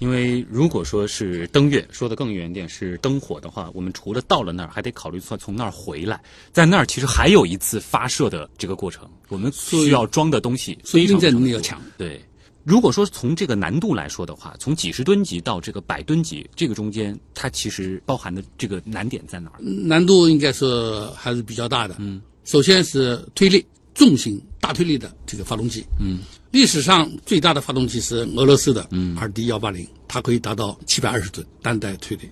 [SPEAKER 2] 因为如果说是登月，说的更远点是登火的话，我们除了到了那儿，还得考虑从从那儿回来，在那儿其实还有一次发射的这个过程，我们
[SPEAKER 1] 以
[SPEAKER 2] 需要装的东西
[SPEAKER 1] 所以
[SPEAKER 2] 非常
[SPEAKER 1] 运载能力
[SPEAKER 2] 非常
[SPEAKER 1] 要强
[SPEAKER 2] 多。对，如果说从这个难度来说的话，从几十吨级到这个百吨级，这个中间它其实包含的这个难点在哪儿？
[SPEAKER 1] 难度应该说还是比较大的。嗯，首先是推力，重型大推力的这个发动机。嗯，历史上最大的发动机是俄罗斯的二 D 幺八零，它可以达到七百二十吨单带推力。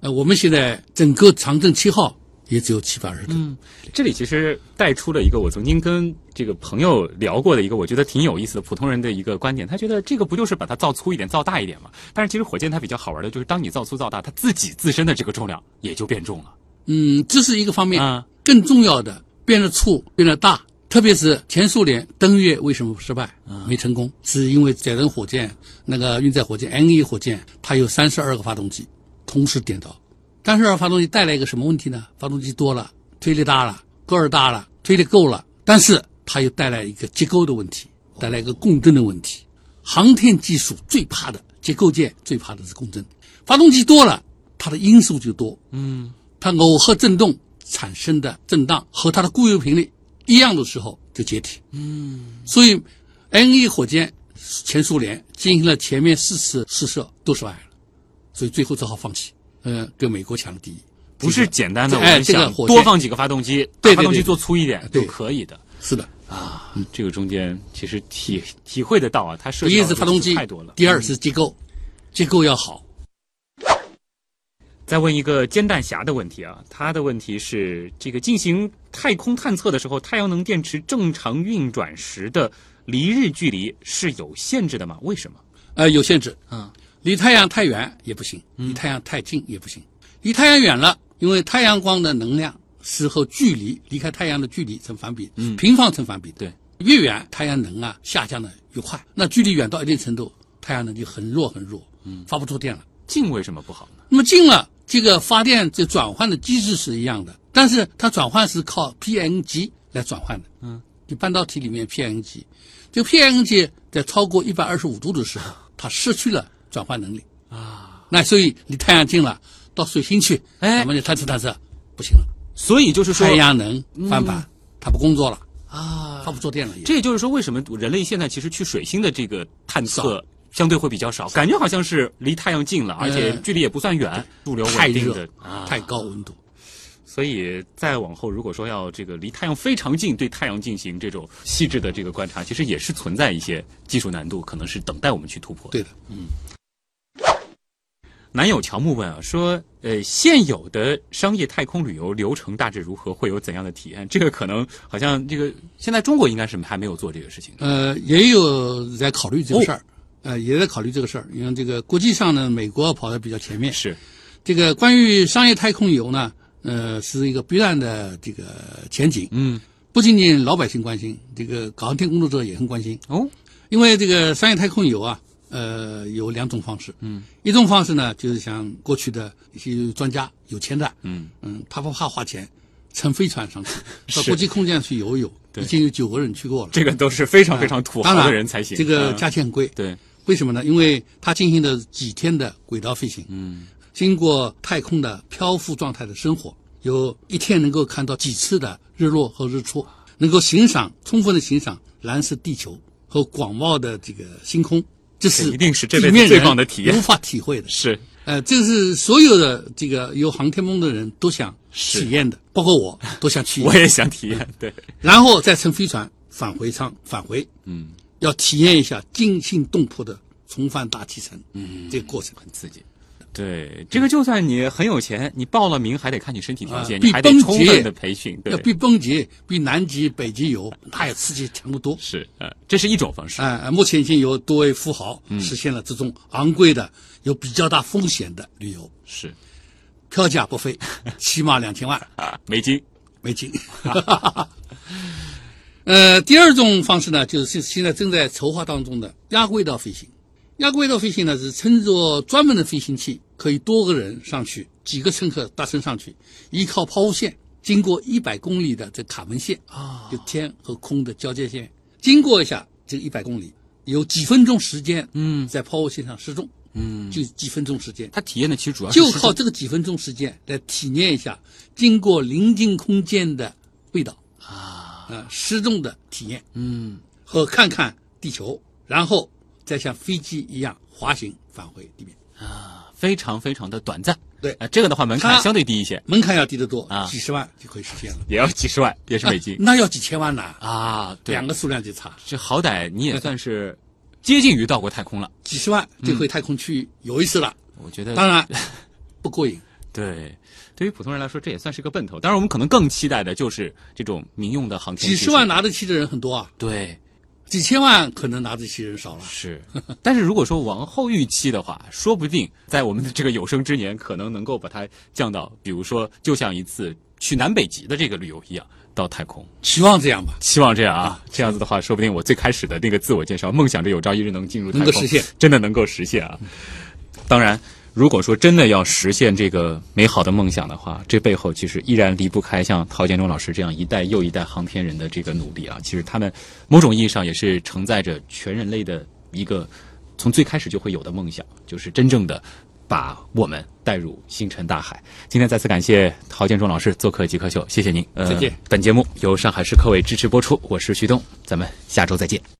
[SPEAKER 1] 呃，我们现在整个长征七号也只有七百二十吨。
[SPEAKER 2] 这里其实带出了一个我曾经跟这个朋友聊过的一个我觉得挺有意思的普通人的一个观点，他觉得这个不就是把它造粗一点、造大一点嘛？但是其实火箭它比较好玩的就是，当你造粗造大，它自己自身的这个重量也就变重了。
[SPEAKER 1] 嗯，这是一个方面。
[SPEAKER 2] 啊
[SPEAKER 1] 更重要的，变得粗，变得大。特别是前苏联登月为什么失败，没成功，是因为载人火箭那个运载火箭 N 一火箭，它有三十二个发动机同时点着。三十二发动机带来一个什么问题呢？发动机多了，推力大了，个儿大了，推力够了，但是它又带来一个结构的问题，带来一个共振的问题。航天技术最怕的结构件最怕的是共振，发动机多了，它的因素就多，它耦合振动产生的震荡和它的固有频率一样的时候就解体。嗯，所以 N 一火箭前苏联进行了前面四次试射都失败了，所以最后只好放弃。呃，跟美国抢了第一，
[SPEAKER 2] 不是简单
[SPEAKER 1] 这
[SPEAKER 2] 的，我
[SPEAKER 1] 个哎
[SPEAKER 2] 们
[SPEAKER 1] 这个
[SPEAKER 2] 想
[SPEAKER 1] 火
[SPEAKER 2] 多
[SPEAKER 1] 箭
[SPEAKER 2] 放几个发动机，把
[SPEAKER 1] 对对
[SPEAKER 2] 发动机
[SPEAKER 1] 对
[SPEAKER 2] 做粗一点
[SPEAKER 1] 对
[SPEAKER 2] 就可以的
[SPEAKER 1] 是的，
[SPEAKER 2] 啊。这个中间其实体体会得到啊，它涉
[SPEAKER 1] 第
[SPEAKER 2] 及
[SPEAKER 1] 一
[SPEAKER 2] 到
[SPEAKER 1] 是
[SPEAKER 2] 的
[SPEAKER 1] 发动
[SPEAKER 2] 东西
[SPEAKER 1] 机
[SPEAKER 2] 太多了，。
[SPEAKER 1] 第二是结构，结构要好。
[SPEAKER 2] 再问一个煎蛋侠的问题啊，他的问题是这个进行太空探测的时候，太阳能电池正常运转时的离日距离是有限制的吗？为什么？
[SPEAKER 1] 呃，有限制。
[SPEAKER 2] 嗯，
[SPEAKER 1] 离太阳太远也不行，离太阳太近也不行。离太阳远了，因为太阳光的能量是和距离离开太阳的距离成反比，嗯，平方成反比的。
[SPEAKER 2] 对，
[SPEAKER 1] 越远太阳能啊下降的越快，那距离远到一定程度，太阳能就很弱很弱，嗯，发不出电了。
[SPEAKER 2] 近为什么不好呢？
[SPEAKER 1] 那么近了，这个发电这转换的机制是一样的，但是它转换是靠 PNG 来转换的。嗯，就半导体里面 PNG，这个 PNG 在超过一百二十五度的时候，它失去了转换能力啊。那所以离太阳近了，到水星去，
[SPEAKER 2] 哎
[SPEAKER 1] 咱们就探测探测，不行了，
[SPEAKER 2] 所以就是说
[SPEAKER 1] 太阳能翻版、它不工作了，
[SPEAKER 2] 嗯啊，
[SPEAKER 1] 它不做电了也。
[SPEAKER 2] 这也就是说为什么人类现在其实去水星的这个探测相对会比较少，感觉好像是离太阳近了，而且
[SPEAKER 1] 呃
[SPEAKER 2] 距离也不算远，主哎流
[SPEAKER 1] 太
[SPEAKER 2] 稳定
[SPEAKER 1] 热
[SPEAKER 2] 的啊，，
[SPEAKER 1] 太高温度。
[SPEAKER 2] 所以再往后，如果说要这个离太阳非常近，对太阳进行这种细致的这个观察，其实也是存在一些技术难度，可能是等待我们去突破。
[SPEAKER 1] 对的，
[SPEAKER 2] 男友乔木问啊，说呃，现有的商业太空旅游流程大致如何，会有怎样的体验？这个可能好像这个现在中国应该是还没有做这个事情的。
[SPEAKER 1] 呃，也有在考虑这个事
[SPEAKER 2] 哦
[SPEAKER 1] 儿，呃，也在考虑这个事儿。因为这个国际上呢，美国跑得比较前面。
[SPEAKER 2] 是
[SPEAKER 1] 这个关于商业太空游呢，呃，是一个必然的这个前景。
[SPEAKER 2] 嗯，
[SPEAKER 1] 不仅仅老百姓关心，这个航天工作者也很关心，
[SPEAKER 2] 哦，
[SPEAKER 1] 因为这个商业太空游啊，呃，有两种方式。嗯，一种方式呢，就是像过去的一些专家有钱的，
[SPEAKER 2] 嗯
[SPEAKER 1] 嗯，他不怕花钱，乘飞船上去到
[SPEAKER 2] 是
[SPEAKER 1] 国际空间去游一游，
[SPEAKER 2] 对
[SPEAKER 1] 已经有九个人去过了。
[SPEAKER 2] 这个都是非常非常土豪
[SPEAKER 1] 啊当然
[SPEAKER 2] 的人才行。
[SPEAKER 1] 这个
[SPEAKER 2] 嗯
[SPEAKER 1] 价钱很贵。
[SPEAKER 2] 对
[SPEAKER 1] 为什么呢？因为它进行了几天的轨道飞行，嗯，经过太空的漂浮状态的生活，有一天能够看到几次的日落和日出，能够欣赏充分的欣赏蓝色地球和广袤的这个星空，这
[SPEAKER 2] 这
[SPEAKER 1] 是
[SPEAKER 2] 一定是这辈子
[SPEAKER 1] 地面人
[SPEAKER 2] 最棒的体验
[SPEAKER 1] 无法体会的。
[SPEAKER 2] 是
[SPEAKER 1] 呃，这个是所有的这个有航天梦的人都想
[SPEAKER 2] 是
[SPEAKER 1] 体验的，包括我都想 体验。
[SPEAKER 2] 我也想体验，对，
[SPEAKER 1] 然后再乘飞船返回舱返回，
[SPEAKER 2] 嗯，
[SPEAKER 1] 要体验一下惊心动魄的重返大气层，嗯，这个过程
[SPEAKER 2] 很刺激。对，这个就算你很有钱，你报了名还得看你身体条件，
[SPEAKER 1] 啊
[SPEAKER 2] 你还得
[SPEAKER 1] 避
[SPEAKER 2] 充
[SPEAKER 1] 崩
[SPEAKER 2] 分
[SPEAKER 1] 劫
[SPEAKER 2] 的培训，对
[SPEAKER 1] 要，比蹦极、比南极、北极游那也刺激强得多。
[SPEAKER 2] 是，呃，这是一种方式，
[SPEAKER 1] 哎、呃，目前已经有多位富豪
[SPEAKER 2] 嗯
[SPEAKER 1] 实现了这种昂贵的、有比较大风险的旅游，
[SPEAKER 2] 是
[SPEAKER 1] 票价不菲， 起码两千万。
[SPEAKER 2] 啊，美金，
[SPEAKER 1] 没劲。 呃，第二种方式呢，就是现在正在筹划当中的亚轨道飞行。亚轨道飞行呢是乘坐专门的飞行器，可以多个人上去，几个乘客搭乘上去，依靠抛物线经过一百公里的这卡门线啊，就天和空的交界线，经过一下这一百公里，有几分钟时间，嗯，在抛物线上失重，嗯，就几分钟时间，
[SPEAKER 2] 他体验的其实主要是
[SPEAKER 1] 就
[SPEAKER 2] 失
[SPEAKER 1] 靠
[SPEAKER 2] 重
[SPEAKER 1] 这个几分钟时间来体验一下经过临近空间的味道啊，呃，失重的体验，嗯，和看看地球，然后再像飞机一样滑行返回地面，
[SPEAKER 2] 非常非常的短暂，
[SPEAKER 1] 对
[SPEAKER 2] 啊，这个的话门槛
[SPEAKER 1] 它
[SPEAKER 2] 相对低一些，
[SPEAKER 1] 门槛要低得多
[SPEAKER 2] 啊
[SPEAKER 1] 几十万就可以实现了，
[SPEAKER 2] 也要几十万，也是美金
[SPEAKER 1] 啊那要几千万呐，
[SPEAKER 2] 啊，对
[SPEAKER 1] 两个数量就差，
[SPEAKER 2] 这好歹你也算是接近于到过太空了，
[SPEAKER 1] 几十万就回太空去游一次了，
[SPEAKER 2] 我觉得
[SPEAKER 1] 当然不过瘾，
[SPEAKER 2] 对，对于普通人来说，这也算是个奔头。当然，我们可能更期待的就是这种民用的航天
[SPEAKER 1] 几
[SPEAKER 2] 技
[SPEAKER 1] 十
[SPEAKER 2] 术
[SPEAKER 1] 万，拿得起的人很多啊，
[SPEAKER 2] 对，
[SPEAKER 1] 几千万可能拿得起的人少了。
[SPEAKER 2] 是。 但是如果说往后预期的话，说不定在我们的这个有生之年，可能能够把它降到，比如说，就像一次去南北极的这个旅游一样，到太空。
[SPEAKER 1] 希望这样吧，
[SPEAKER 2] 希望这样啊，
[SPEAKER 1] 嗯
[SPEAKER 2] 这样子的话，说不定我最开始的那个自我介绍，梦想着有朝一日能进入太空，
[SPEAKER 1] 能够实现，
[SPEAKER 2] 真的能够实现啊。当然，如果说真的要实现这个美好的梦想的话，这背后其实依然离不开像陶建中老师这样一代又一代航天人的这个努力啊。其实他们某种意义上也是承载着全人类的一个从最开始就会有的梦想，就是真正的把我们带入星辰大海。今天再次感谢陶建中老师做客极客秀，谢谢您。呃
[SPEAKER 1] 再见。
[SPEAKER 2] 本节目由上海市科委支持播出，我是徐东，咱们下周再见。